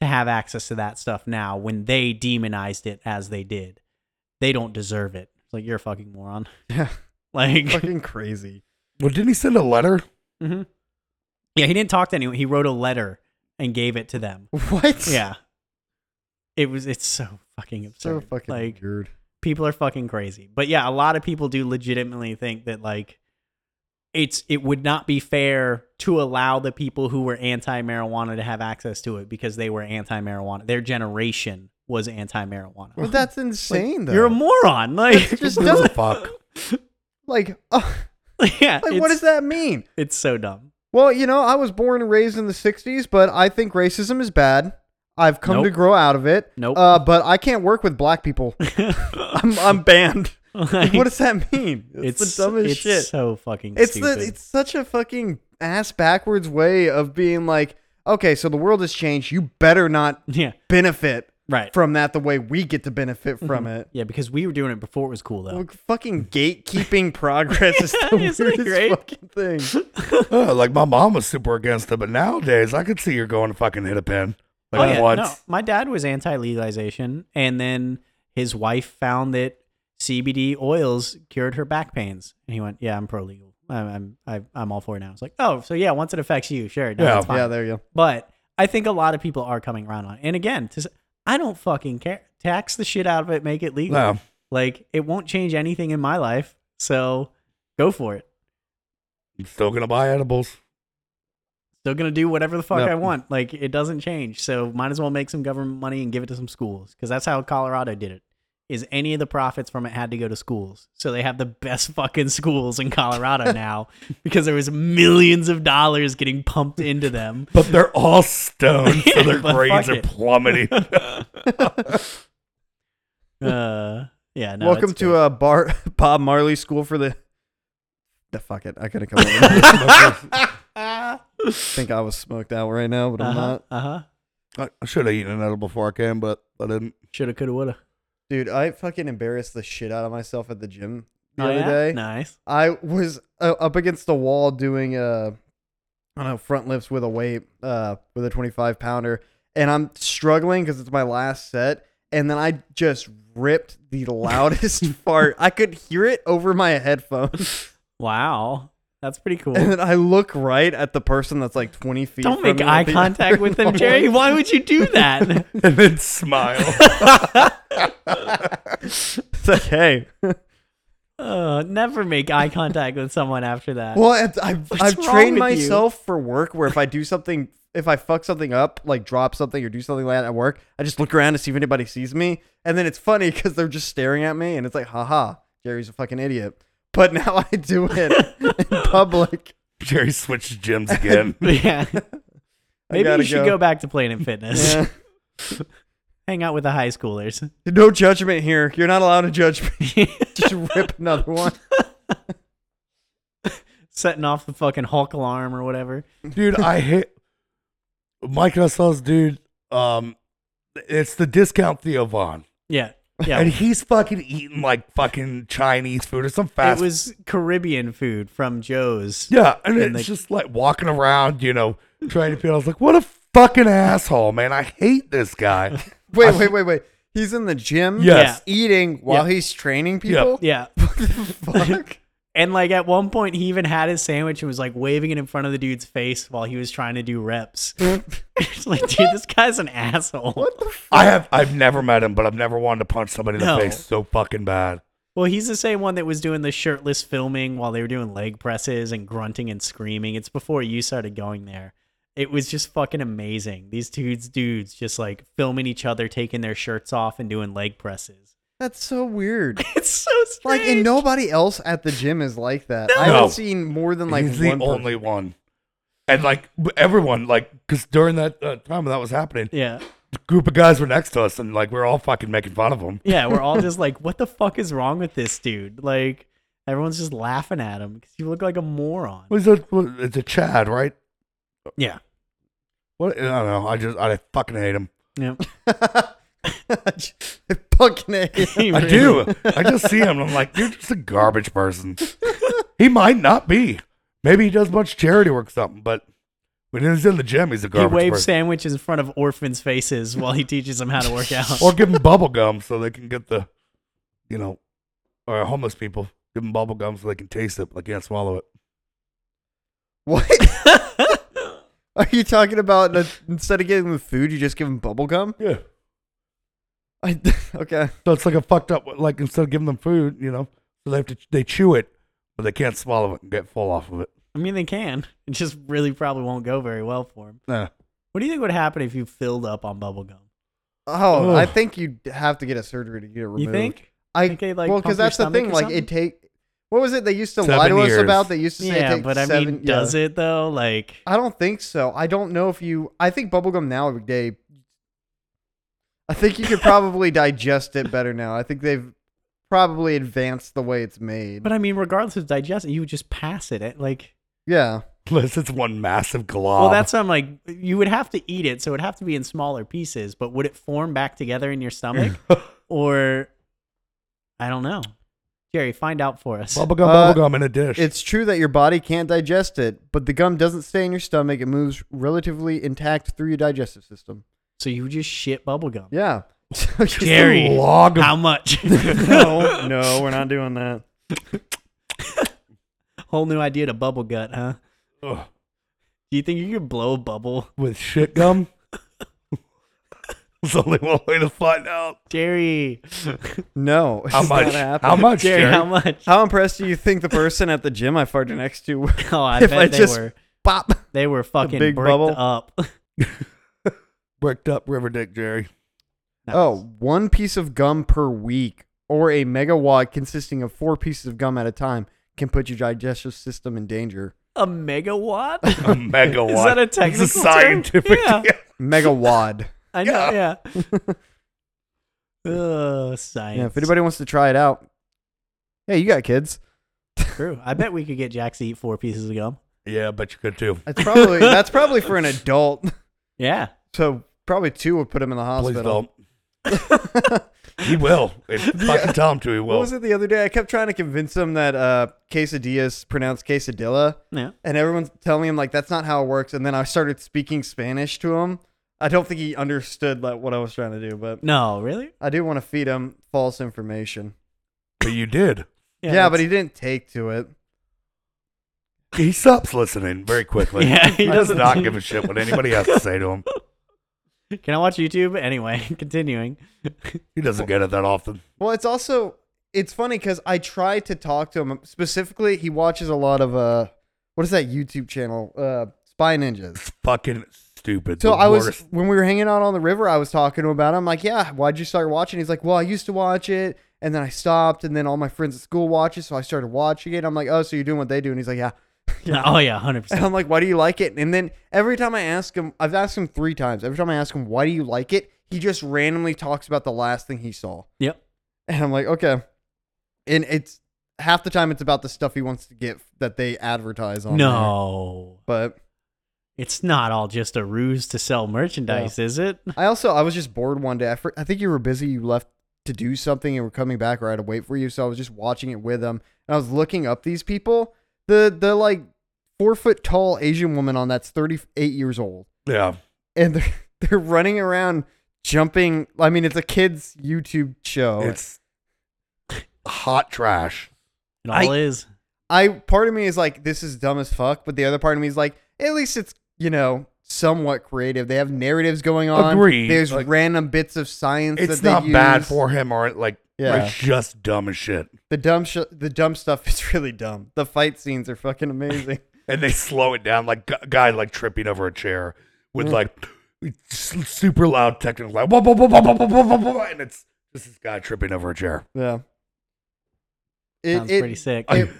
Speaker 1: to have access to that stuff now when they demonized it as they did? They don't deserve it. It's like you're a fucking moron. <laughs>
Speaker 3: Yeah.
Speaker 1: Like <laughs>
Speaker 3: <laughs> Fucking crazy.
Speaker 2: Well, didn't he send a <laughs> letter?
Speaker 1: Mhm. Yeah, he didn't talk to anyone. He wrote a letter and gave it to them.
Speaker 3: What?
Speaker 1: Yeah. It was it's so fucking
Speaker 3: So
Speaker 1: absurd.
Speaker 3: fucking
Speaker 1: like <laughs>
Speaker 3: weird.
Speaker 1: people are fucking crazy. But yeah, a lot of people do legitimately think that like it's it would not be fair to allow the people who were anti-marijuana to have access to it because they were anti-marijuana. Their generation was anti-marijuana.
Speaker 3: But that's insane though.
Speaker 1: You're a moron. <laughs> Like
Speaker 3: That's just
Speaker 2: Who gives a
Speaker 1: <laughs>
Speaker 2: fuck?
Speaker 3: like, <laughs> oh,
Speaker 1: yeah,
Speaker 3: like
Speaker 1: it's,
Speaker 3: what does that mean?
Speaker 1: It's so dumb.
Speaker 3: Well, you know, I was born and raised in the 60s, but I think racism is bad. I've come to
Speaker 1: Nope.
Speaker 3: grow out of it.
Speaker 1: Nope.
Speaker 3: Uh, but I can't work with
Speaker 1: <laughs>
Speaker 3: black people. I'm, I'm banned. Like, what does that mean? It's, the dumbest
Speaker 1: it's
Speaker 3: shit.
Speaker 1: so fucking
Speaker 3: it's
Speaker 1: stupid.
Speaker 3: the it's such a fucking ass backwards way of being like, okay, so the world has changed. You better not
Speaker 1: <laughs> yeah,
Speaker 3: benefit
Speaker 1: right.
Speaker 3: from that the way we get
Speaker 1: <laughs>
Speaker 3: to benefit from it.
Speaker 1: Yeah, because we were doing it before it was cool though.
Speaker 3: Well, fucking gatekeeping
Speaker 1: <laughs>
Speaker 3: progress is the weirdest
Speaker 1: isn't it great?
Speaker 3: fucking thing.
Speaker 2: Uh, like my mom was super against it, but nowadays I could see her going to fucking hit a pen. Like
Speaker 1: Oh, yeah,
Speaker 2: once.
Speaker 1: no. My dad was anti-legalization, and then his wife found that CBD oils cured her back pains, and he went, "Yeah, I'm pro-legal. I'm I'm I'm- I'm all for it now." It's like, oh, so yeah, once it affects you, sure, no,
Speaker 2: Yeah.
Speaker 1: that's <laughs> fine.
Speaker 3: Yeah, there you go.
Speaker 1: But I think a lot of people are coming around on. it. And again, to, s- I don't fucking care. Tax the shit out of it, make it legal.
Speaker 2: No.
Speaker 1: Like it won't change anything in my life, so go for it.
Speaker 2: I'm still gonna buy edibles.
Speaker 1: Still gonna do whatever the fuck
Speaker 3: Yep.
Speaker 1: I want. Like it doesn't change. So might as well make some government money and give it to some schools because that's how Colorado did it. Is any of the profits from it had to go to schools? So they have the best <laughs> fucking schools in
Speaker 3: <laughs>
Speaker 1: Colorado now because there was millions of dollars getting pumped into them.
Speaker 2: But they're all
Speaker 1: <laughs>
Speaker 2: stoned, so their
Speaker 1: But
Speaker 2: grades
Speaker 1: fuck
Speaker 2: are
Speaker 1: it.
Speaker 2: plummeting.
Speaker 1: Uh, yeah. No,
Speaker 3: Welcome
Speaker 1: it's
Speaker 3: to
Speaker 1: good.
Speaker 3: uh, Bar- <laughs> Bob Marley School for the. The fuck it, I could have come. up with that. <laughs>
Speaker 1: Uh-huh,
Speaker 3: I think I was smoked out right now, but I'm
Speaker 1: uh
Speaker 3: not.
Speaker 1: huh.
Speaker 2: I should have eaten an edible before I came, but I <laughs> didn't.
Speaker 1: Shoulda, coulda, woulda.
Speaker 3: Dude, I fucking embarrassed the shit out of myself at the gym the
Speaker 1: Oh,
Speaker 3: other
Speaker 1: yeah?
Speaker 3: day.
Speaker 1: Nice.
Speaker 3: I was uh, up against the wall doing uh, I don't know front lifts with a weight uh with a 25 pounder, and I'm struggling because it's my last set, and then I just ripped
Speaker 1: <laughs>
Speaker 3: the <laughs> loudest fart. I could hear it over my headphones,
Speaker 1: Wow, that's
Speaker 3: <laughs>
Speaker 1: pretty cool.
Speaker 3: and then I look right at the person that's like 20 feet.
Speaker 1: Don't
Speaker 3: from
Speaker 1: make
Speaker 3: me.
Speaker 1: eye contact with
Speaker 3: <laughs>
Speaker 1: them, Jerry. Why would you do that?
Speaker 2: And then <laughs> smile.
Speaker 3: It's like, hey.
Speaker 1: Uh, never make eye contact with someone after that. <laughs>
Speaker 3: Well, I've, I've,
Speaker 1: What's
Speaker 3: I've
Speaker 1: wrong
Speaker 3: trained
Speaker 1: with you?
Speaker 3: myself for work where if I do something, if I fuck something up, like drop something or do something like that at work, I just look around to see if anybody sees me. And then it's funny because they're just staring at me and it's like, haha, Jerry's a fucking idiot. But <laughs> now I do it
Speaker 1: <laughs>
Speaker 3: in public.
Speaker 2: Jerry switched gyms again.
Speaker 1: yeah.
Speaker 3: <laughs> I
Speaker 1: Maybe
Speaker 3: gotta
Speaker 1: you should go. back to Planet Fitness.
Speaker 3: Yeah.
Speaker 1: <laughs> Hang out with the high schoolers. <laughs>
Speaker 3: No judgment here. You're not allowed to judge me. <laughs> Just
Speaker 1: <laughs>
Speaker 3: rip another one.
Speaker 1: Setting off the fucking Hulk alarm or whatever.
Speaker 2: <laughs> dude. I hate Mike and I saw this dude. Um, it's the discount Theo Vaughn,
Speaker 1: Yeah. Yeah.
Speaker 2: and he's fucking eating like fucking Chinese food or some fast.
Speaker 1: it was Caribbean food from Joe's.
Speaker 2: yeah, and,
Speaker 1: and
Speaker 2: it's
Speaker 1: they-
Speaker 2: just like walking around, you know, trying to feel. I was like, what a fucking asshole, man. I hate this <laughs> guy.
Speaker 3: Wait, wait, wait, wait. He's in the gym.
Speaker 2: Yes.
Speaker 3: Eating while he's training people. <laughs>
Speaker 1: Yeah.
Speaker 3: Fuck.
Speaker 1: And like at one point, he even had his sandwich and was like waving it in front of the dude's face while he was trying to do
Speaker 3: <laughs>
Speaker 1: reps. <laughs> it's like, dude, this guy's an asshole.
Speaker 2: I have I've never met him, but I've never wanted to punch somebody in the
Speaker 1: No.
Speaker 2: face so fucking bad.
Speaker 1: Well, he's the same one that was doing the shirtless filming while they were doing leg presses and grunting and screaming. It's before you started going there. It was just fucking amazing. These dudes, dudes, just like filming each other taking their shirts off and doing leg presses. <laughs>
Speaker 3: That's so weird.
Speaker 1: It's so strange.
Speaker 3: Like, and nobody else at the gym is like that. I
Speaker 2: No.
Speaker 3: haven't seen more than like
Speaker 2: He's the
Speaker 3: one. person.
Speaker 2: only one, and like everyone, like because during that uh, time when that was happening,
Speaker 1: yeah,
Speaker 2: the group of guys were next to us, and like we were all fucking making fun of him.
Speaker 1: yeah. We're all just like, what the fuck is wrong with this dude? Like, everyone's just laughing at him because you look like a moron.
Speaker 2: Was it? was- It's a Chad, right?
Speaker 1: Yeah,
Speaker 2: What? I don't know. I just I fucking hate him.
Speaker 1: yeah.
Speaker 2: <laughs>
Speaker 3: <laughs> Fucking A.
Speaker 2: I do. I just see him. and I'm like, you're just a garbage person. he might not be. Maybe he does much charity work, or something. But when he's in the gym, he's a
Speaker 1: He
Speaker 2: garbage
Speaker 1: waves
Speaker 2: person.
Speaker 1: sandwiches in front of orphans' faces while he teaches them how to work out.
Speaker 2: Or give them bubble gum so they can get the, you know, or homeless people give them bubble gum so they can taste it, but they can't swallow it.
Speaker 3: <laughs> What?
Speaker 1: <laughs>
Speaker 3: Are you talking about the, instead of giving them food, you just give them bubble gum?
Speaker 2: Yeah.
Speaker 3: I, <laughs> okay.
Speaker 2: So it's like a fucked up. Like instead of giving them food, you know, so they have to they chew it, but they can't swallow it and get full off of it.
Speaker 1: I mean, they can. <laughs> It just really probably won't go very well for him.
Speaker 2: Nah.
Speaker 1: What do you think would happen if you filled up on bubblegum?
Speaker 3: Oh,
Speaker 2: Ugh.
Speaker 3: I think you would have to get a surgery to get it removed.
Speaker 1: You think?
Speaker 3: I
Speaker 1: Think they, like,
Speaker 3: well,
Speaker 1: pump
Speaker 3: because
Speaker 1: your
Speaker 3: that's the
Speaker 1: stomach
Speaker 3: thing.
Speaker 1: or
Speaker 3: Like it take. What was it they used to lie
Speaker 2: Seven
Speaker 3: to us
Speaker 2: years.
Speaker 3: about? They used to say. it
Speaker 1: yeah,
Speaker 3: takes
Speaker 1: but I
Speaker 3: seven,
Speaker 1: mean, does it though? Like,
Speaker 3: I don't think so. I don't know if you. I think bubblegum now every day. I think you
Speaker 1: <laughs>
Speaker 3: could probably digest it better now. I think they've probably advanced the way it's made.
Speaker 1: but I mean, regardless of digesting, you would just pass it. At, like,
Speaker 3: yeah.
Speaker 2: <laughs> Unless it's one massive glob.
Speaker 1: well, that's what I'm like. You would have to eat it, so it would have to be in smaller pieces. But would it form back together in your stomach,
Speaker 3: <laughs>
Speaker 1: or I don't know? Jerry, find out for us.
Speaker 2: bubble gum,
Speaker 3: Uh,
Speaker 2: bubble gum in a dish.
Speaker 3: It's true that your body can't digest it, but the gum doesn't stay in your stomach. It moves relatively intact through your digestive system.
Speaker 1: so you would just shit bubblegum.
Speaker 3: Yeah. <laughs> So you-
Speaker 1: Jerry,
Speaker 2: log of-
Speaker 1: how
Speaker 3: <laughs>
Speaker 1: much? <laughs>
Speaker 3: no, no, we're not doing that.
Speaker 1: Whole new idea to bubble gut, huh?
Speaker 2: <laughs> Ugh.
Speaker 1: Do you think you could blow a bubble?
Speaker 2: with shit gum. <laughs> It's only one way to find out
Speaker 1: Jerry,
Speaker 3: No.
Speaker 2: how
Speaker 3: it's
Speaker 2: much.
Speaker 3: not happening.
Speaker 2: How much,
Speaker 1: Jerry,
Speaker 2: Jerry?
Speaker 1: how much? <laughs>
Speaker 3: How impressed do you think the person at the gym I farted next to was?
Speaker 1: Oh, I
Speaker 3: If
Speaker 1: bet
Speaker 3: I
Speaker 1: they
Speaker 3: just-
Speaker 1: were
Speaker 3: <laughs> Bop.
Speaker 1: they were fucking
Speaker 3: big
Speaker 1: bricked
Speaker 3: bubble.
Speaker 1: up. <laughs>
Speaker 2: Bricked up river dick, Jerry.
Speaker 3: Oh, one piece of gum per week or a megawatt consisting of four pieces of gum at a time can put your digestive system in danger.
Speaker 1: a megawatt?
Speaker 2: <laughs>
Speaker 3: <laughs>
Speaker 2: A megawatt.
Speaker 1: Is that a
Speaker 2: It's
Speaker 1: technical term?
Speaker 2: scientific
Speaker 1: Yeah.
Speaker 3: <laughs> Megawad.
Speaker 1: I know, yeah. Ugh, science.
Speaker 3: yeah, if anybody wants to try it out, hey, you got kids.
Speaker 1: True. I bet we could get Jack to eat four pieces of gum.
Speaker 2: <laughs> Yeah, I bet you could too.
Speaker 3: That's <laughs> probably that's probably for an adult.
Speaker 1: Yeah.
Speaker 3: <laughs> So probably two would put him in the
Speaker 2: Please
Speaker 3: hospital.
Speaker 2: don't. <laughs> he will.
Speaker 1: <laughs>
Speaker 2: If you fucking tell him to, he
Speaker 3: What
Speaker 2: will.
Speaker 3: was it the other day? I kept trying to convince him that uh, quesadilla is pronounced quesadilla.
Speaker 1: Yeah.
Speaker 3: and everyone's telling him like that's not how it works and then i started speaking spanish to him i don't think he understood like what i was trying to do but
Speaker 1: No, really?
Speaker 3: i do want to feed him false information
Speaker 2: But you did.
Speaker 3: yeah, but he didn't take to it
Speaker 2: He stops listening very quickly.
Speaker 1: <laughs> Yeah,
Speaker 3: <laughs>
Speaker 1: he
Speaker 2: he does
Speaker 1: doesn't-
Speaker 2: not give a shit what anybody has to say to him.
Speaker 1: that's- Can I watch YouTube? Anyway, <laughs> continuing.
Speaker 2: He doesn't get it that often.
Speaker 3: well it's also it's funny because i tried to talk to him specifically he watches a lot of uh what is that youtube channel uh spy ninjas
Speaker 2: It's fucking stupid.
Speaker 3: So
Speaker 2: The
Speaker 3: I was
Speaker 2: worst.
Speaker 3: when we were hanging out on the river, I was talking to him about it. I'm like, yeah, why'd you start watching? He's like, well, I used to watch it, and then I stopped, and then all my friends at school watch it, so I started watching it. I'm like, oh, so you're doing what they do? And he's like, <laughs> yeah. <laughs>
Speaker 1: Oh yeah, hundred
Speaker 3: And
Speaker 1: percent.
Speaker 3: I'm like, why do you like it? And then every time I ask him, I've asked him three times. Every time I ask him, why do you like it? he just randomly talks about the last thing he saw.
Speaker 1: Yep.
Speaker 3: And I'm like, okay. And it's half the time it's about the stuff he wants to get that they advertise on. there.
Speaker 1: no,
Speaker 3: But
Speaker 1: it's not all just a ruse to sell merchandise, is it?
Speaker 3: I also I was just bored one day. I, fr- I think you were busy. You left to do something and were coming back, or I had to wait for you. So I was just watching it with them, and I was looking up these people. The the like four foot tall Asian woman on that's thirty eight years old,
Speaker 2: Yeah.
Speaker 3: and they're <laughs> they're running around jumping. I mean, it's a kids YouTube show.
Speaker 2: It's hot trash.
Speaker 1: It
Speaker 3: I-
Speaker 1: all is.
Speaker 3: I part of me is like, this is dumb as fuck, but the other part of me is like, at least it's you know somewhat creative. They have narratives going on.
Speaker 2: Agreed.
Speaker 3: There's
Speaker 2: Like-
Speaker 3: random bits of science.
Speaker 2: It's
Speaker 3: that they
Speaker 2: not bad
Speaker 3: use.
Speaker 2: for him, or like
Speaker 3: Yeah.
Speaker 2: it's just dumb as shit.
Speaker 3: The dumb sh- the dumb stuff <laughs> is really dumb. The fight scenes are
Speaker 1: <laughs>
Speaker 3: fucking amazing.
Speaker 2: And they slow it down, like gu- guy like tripping over a chair with
Speaker 3: Yeah.
Speaker 2: like s- super loud technical, like whoa, whoa, whoa, whoa, whoa, whoa, whoa, whoa, whoa, and it's just this guy tripping over a chair.
Speaker 3: yeah. It,
Speaker 1: Sounds
Speaker 3: it-
Speaker 1: pretty sick.
Speaker 2: <laughs>
Speaker 3: it-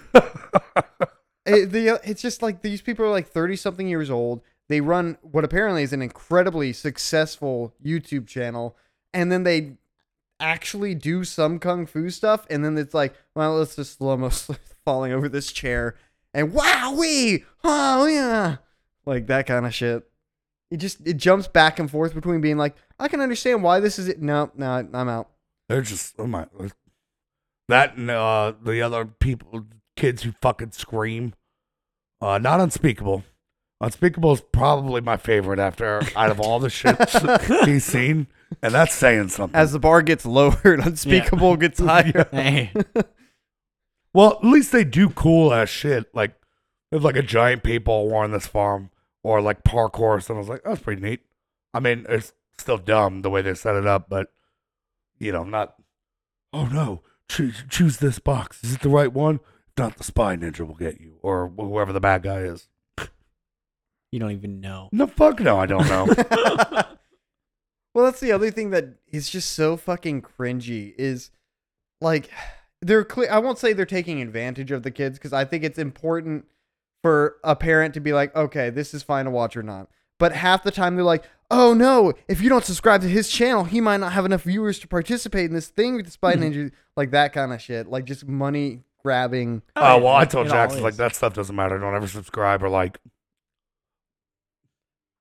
Speaker 3: it- the, uh, it's just like these people are like 30 something years old. They run what apparently is an incredibly successful YouTube channel. And then they actually do some kung fu stuff. And then it's like, well, let's just slow mo <laughs> falling over this chair. And wowee! Oh, yeah. Like that kind of shit. It just it jumps back and forth between being like, I can understand why this is it. No, no, I'm out.
Speaker 2: They're just oh my, that and uh, the other people, kids who fucking scream. Uh, not unspeakable. Unspeakable is probably my favorite after out of all the shit <laughs> he's seen, and that's saying something.
Speaker 3: As the bar gets <laughs> lowered, unspeakable gets higher.
Speaker 1: <laughs>
Speaker 3: <laughs>
Speaker 1: hey,
Speaker 2: Well, at least they do cool ass shit. Like there's like a giant paintball war on this farm, or like parkour. So I was like, that's pretty neat. I mean, it's still dumb the way they set it up, but you know, not. Oh no, choose choose this box. Is it the right one? If not, the spy ninja will get you, or whoever the bad guy is.
Speaker 1: you don't even
Speaker 2: <laughs>
Speaker 1: know.
Speaker 2: No, fuck no, I
Speaker 1: <laughs>
Speaker 2: don't know.
Speaker 3: well, that's the other thing that is just so fucking cringy is like <sighs> they're clear. I won't say they're taking advantage of the kids because I think it's important for a parent to be like, okay, this is fine to watch or not. But half the time they're like, oh no, if you don't subscribe to his channel, he might not have enough viewers to participate in this thing with the spy ninja, like that kind of shit, like just money grabbing.
Speaker 2: Oh well, I
Speaker 1: It
Speaker 2: told
Speaker 1: all
Speaker 2: Jackson like
Speaker 1: is.
Speaker 2: that stuff doesn't matter. Don't ever subscribe or like.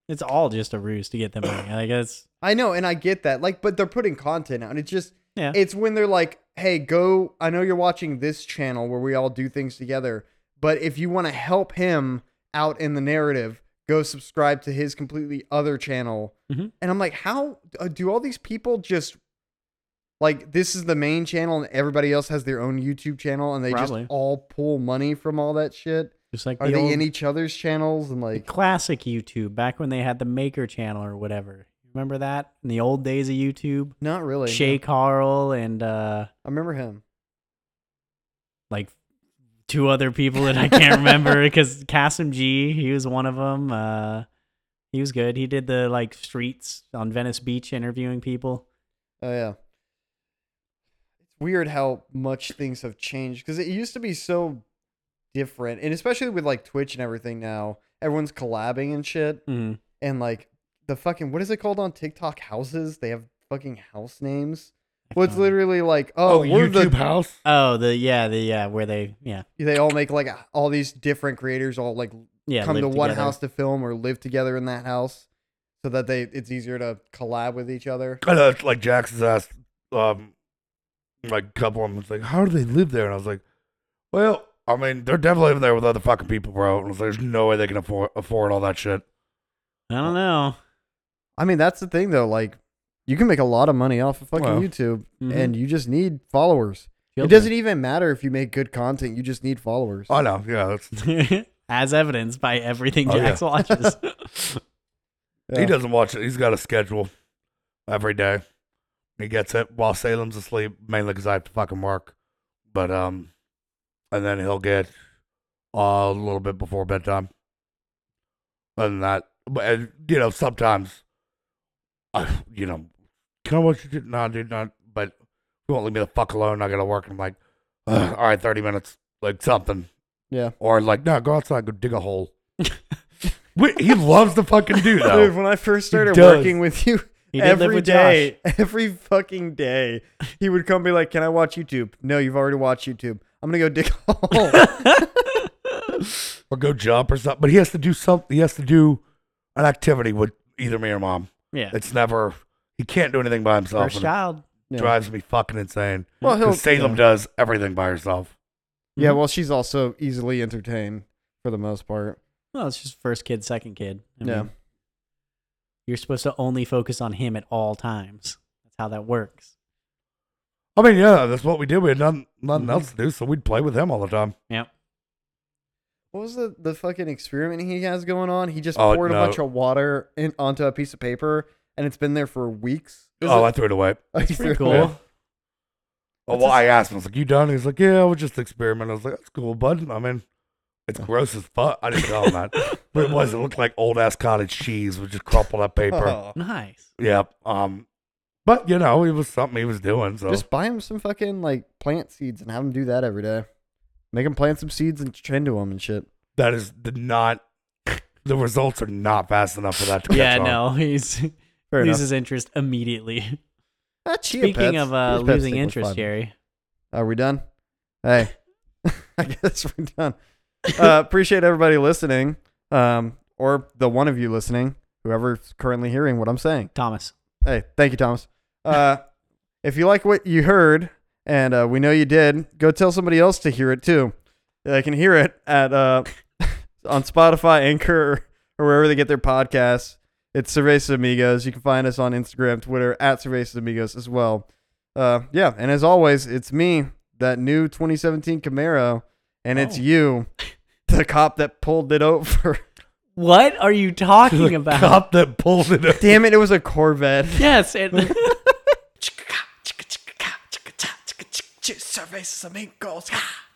Speaker 1: It's all just a ruse to get them money. Like it's
Speaker 3: I know, and I get that. Like, but they're putting content out, and it's just
Speaker 1: Yeah.
Speaker 3: it's when they're like, "Hey, go! I know you're watching this channel where we all do things together, but if you want to help him out in the narrative, go subscribe to his completely other channel."
Speaker 1: Mhm.
Speaker 3: And I'm like, "How uh, do all these people just like this is the main channel, and everybody else has their own YouTube channel, and they
Speaker 1: Probably.
Speaker 3: just all pull money from all that shit?
Speaker 1: just like
Speaker 3: Are
Speaker 1: the
Speaker 3: they
Speaker 1: old,
Speaker 3: in each other's channels and
Speaker 1: the
Speaker 3: like?"
Speaker 1: classic YouTube back when they had the Maker channel or whatever. Remember that in the old days of YouTube?
Speaker 3: Not really.
Speaker 1: Shay Carl and uh,
Speaker 3: I remember him.
Speaker 1: like two other people that I
Speaker 3: <laughs>
Speaker 1: can't remember because Kasim G, he was one of them. Uh, he was good. He did the like streets on Venice Beach interviewing people.
Speaker 3: Oh yeah. It's weird how much things have changed because it used to be so different, and especially with like Twitch and everything now, everyone's collabing and shit,
Speaker 1: Mm.
Speaker 3: and like the fucking what is it called on TikTok? Houses? They have fucking house names. Well, it's literally like oh, we're the-
Speaker 2: house.
Speaker 1: Oh, the yeah, the yeah, where they yeah
Speaker 3: they all make like all these different creators all like
Speaker 1: yeah
Speaker 3: come to
Speaker 1: live
Speaker 3: one
Speaker 1: together.
Speaker 3: house to film or live together in that house, so that they it's easier to collab with each other.
Speaker 2: I know, it's like Jackson's asked, um, like a couple of them was like, "How do they live there?" And I was like, "Well, I mean, they're definitely living there with other fucking people, bro." And I was like, "There's no way they can afford afford all that shit."
Speaker 1: I don't know.
Speaker 3: I mean, that's the thing though. Like, you can make a lot of money off of fucking
Speaker 2: Well.
Speaker 3: YouTube,
Speaker 1: Mhm.
Speaker 3: and you just need followers. It doesn't even matter if you make good content; you just need followers.
Speaker 1: <sighs>
Speaker 2: I know, yeah, that's,
Speaker 3: <laughs>
Speaker 1: doesn't. As evidenced by everything
Speaker 2: Oh, yeah.
Speaker 1: Jax watches.
Speaker 3: Yeah.
Speaker 2: he doesn't watch it. He's got a schedule every day. He gets it while Salem's asleep, mainly because I have to fucking work. But um, and then he'll get uh, a little bit before bedtime. Other than that, but and, you know, sometimes, I you know, can I watch you? No, dude, not. But you won't leave me the fuck alone. I gotta work. And I'm like, "Ugh, all right, thirty minutes, like something.
Speaker 3: Yeah.
Speaker 2: Or like, no, go outside, go dig a
Speaker 3: <laughs>
Speaker 2: hole. Wait, he loves to fucking do that.
Speaker 3: Dude, when I first
Speaker 2: He
Speaker 3: started
Speaker 2: does.
Speaker 3: working with you,
Speaker 1: He did live
Speaker 3: every
Speaker 1: with
Speaker 3: day, <laughs> every fucking day, he would come be like, "Can I watch YouTube?" No, you've already watched YouTube. I'm gonna go dig a
Speaker 1: <laughs>
Speaker 3: hole.
Speaker 2: or go jump or something. But he has to do something. He has to do an activity with either me or mom.
Speaker 1: Yeah.
Speaker 2: It's never. He can't do anything by himself.
Speaker 1: First
Speaker 2: and
Speaker 1: child.
Speaker 2: it
Speaker 3: Yeah.
Speaker 2: drives me fucking insane.
Speaker 3: Well, he'll-
Speaker 2: Because Salem
Speaker 3: yeah.
Speaker 2: does everything by herself.
Speaker 3: yeah, well, she's also easily entertained for the most part.
Speaker 1: Well, it's just first kid, second kid. I
Speaker 3: Mm-hmm. Yeah.
Speaker 1: mean, you're supposed to only focus on him at all times. That's how that works.
Speaker 3: <laughs>
Speaker 2: I mean, yeah, that's what we did. We had nothing, nothing
Speaker 3: Mm-hmm.
Speaker 1: Mhm.
Speaker 2: else to do, so we'd play with him all the time.
Speaker 1: Yep.
Speaker 3: What was the, the fucking experiment he has going on? He just
Speaker 2: Oh,
Speaker 3: poured
Speaker 2: no.
Speaker 3: a bunch of water in, onto a piece of paper, and it's been there for weeks. Is <laughs>
Speaker 2: oh,
Speaker 3: it-
Speaker 2: I threw it away.
Speaker 3: That's
Speaker 1: Pretty cool.
Speaker 2: Oh,
Speaker 3: That's
Speaker 2: well,
Speaker 3: a-
Speaker 2: I asked him. I was like, "You done?" He's like, "Yeah, we're just experimenting." I was like, "That's cool, bud." I mean,
Speaker 3: Oh.
Speaker 2: it's gross as fuck. I didn't tell him
Speaker 3: <laughs>
Speaker 2: that, but it was. It looked like old ass cottage cheese with just crumpled
Speaker 3: <laughs>
Speaker 2: up paper.
Speaker 3: Oh.
Speaker 1: Nice.
Speaker 2: Yep. Um, but you know, it was something he was doing. So
Speaker 3: Just buy him some fucking like plant seeds and have him do that every day. Make him plant some seeds and tend to them and shit.
Speaker 2: that is the not. The results are not fast enough for that to catch
Speaker 1: Yeah,
Speaker 2: on.
Speaker 1: no, he's
Speaker 3: <laughs> Fair enough.
Speaker 1: loses interest immediately.
Speaker 3: Ah, chia
Speaker 1: Speaking
Speaker 3: pets.
Speaker 1: of uh,
Speaker 3: Chia pets
Speaker 1: losing
Speaker 3: stick with
Speaker 1: interest,
Speaker 3: fiber.
Speaker 1: Jerry.
Speaker 3: Are we done? Hey, <laughs> I guess
Speaker 1: <laughs>
Speaker 3: we're done. Uh, appreciate everybody listening, um, or the one of you listening, whoever's currently hearing what I'm saying.
Speaker 1: Thomas.
Speaker 3: Hey, thank you, Thomas. Uh, if you like what you heard, and uh, we know you did, go tell somebody else to hear it too. They can hear it at uh, <laughs> on Spotify, Anchor, or wherever they get their podcasts. It's Cervezas Amigos. You can find us on Instagram, Twitter, at Cervezas Amigos as well. Uh, yeah, and as always, it's me, that new 2017 Camaro, and it's
Speaker 1: Oh.
Speaker 3: you, the cop that pulled it over.
Speaker 1: What are you
Speaker 2: The
Speaker 3: <laughs>
Speaker 1: talking about?
Speaker 2: cop that pulled it. Up.
Speaker 3: Damn it, it was a <laughs> Corvette.
Speaker 1: Yes. It,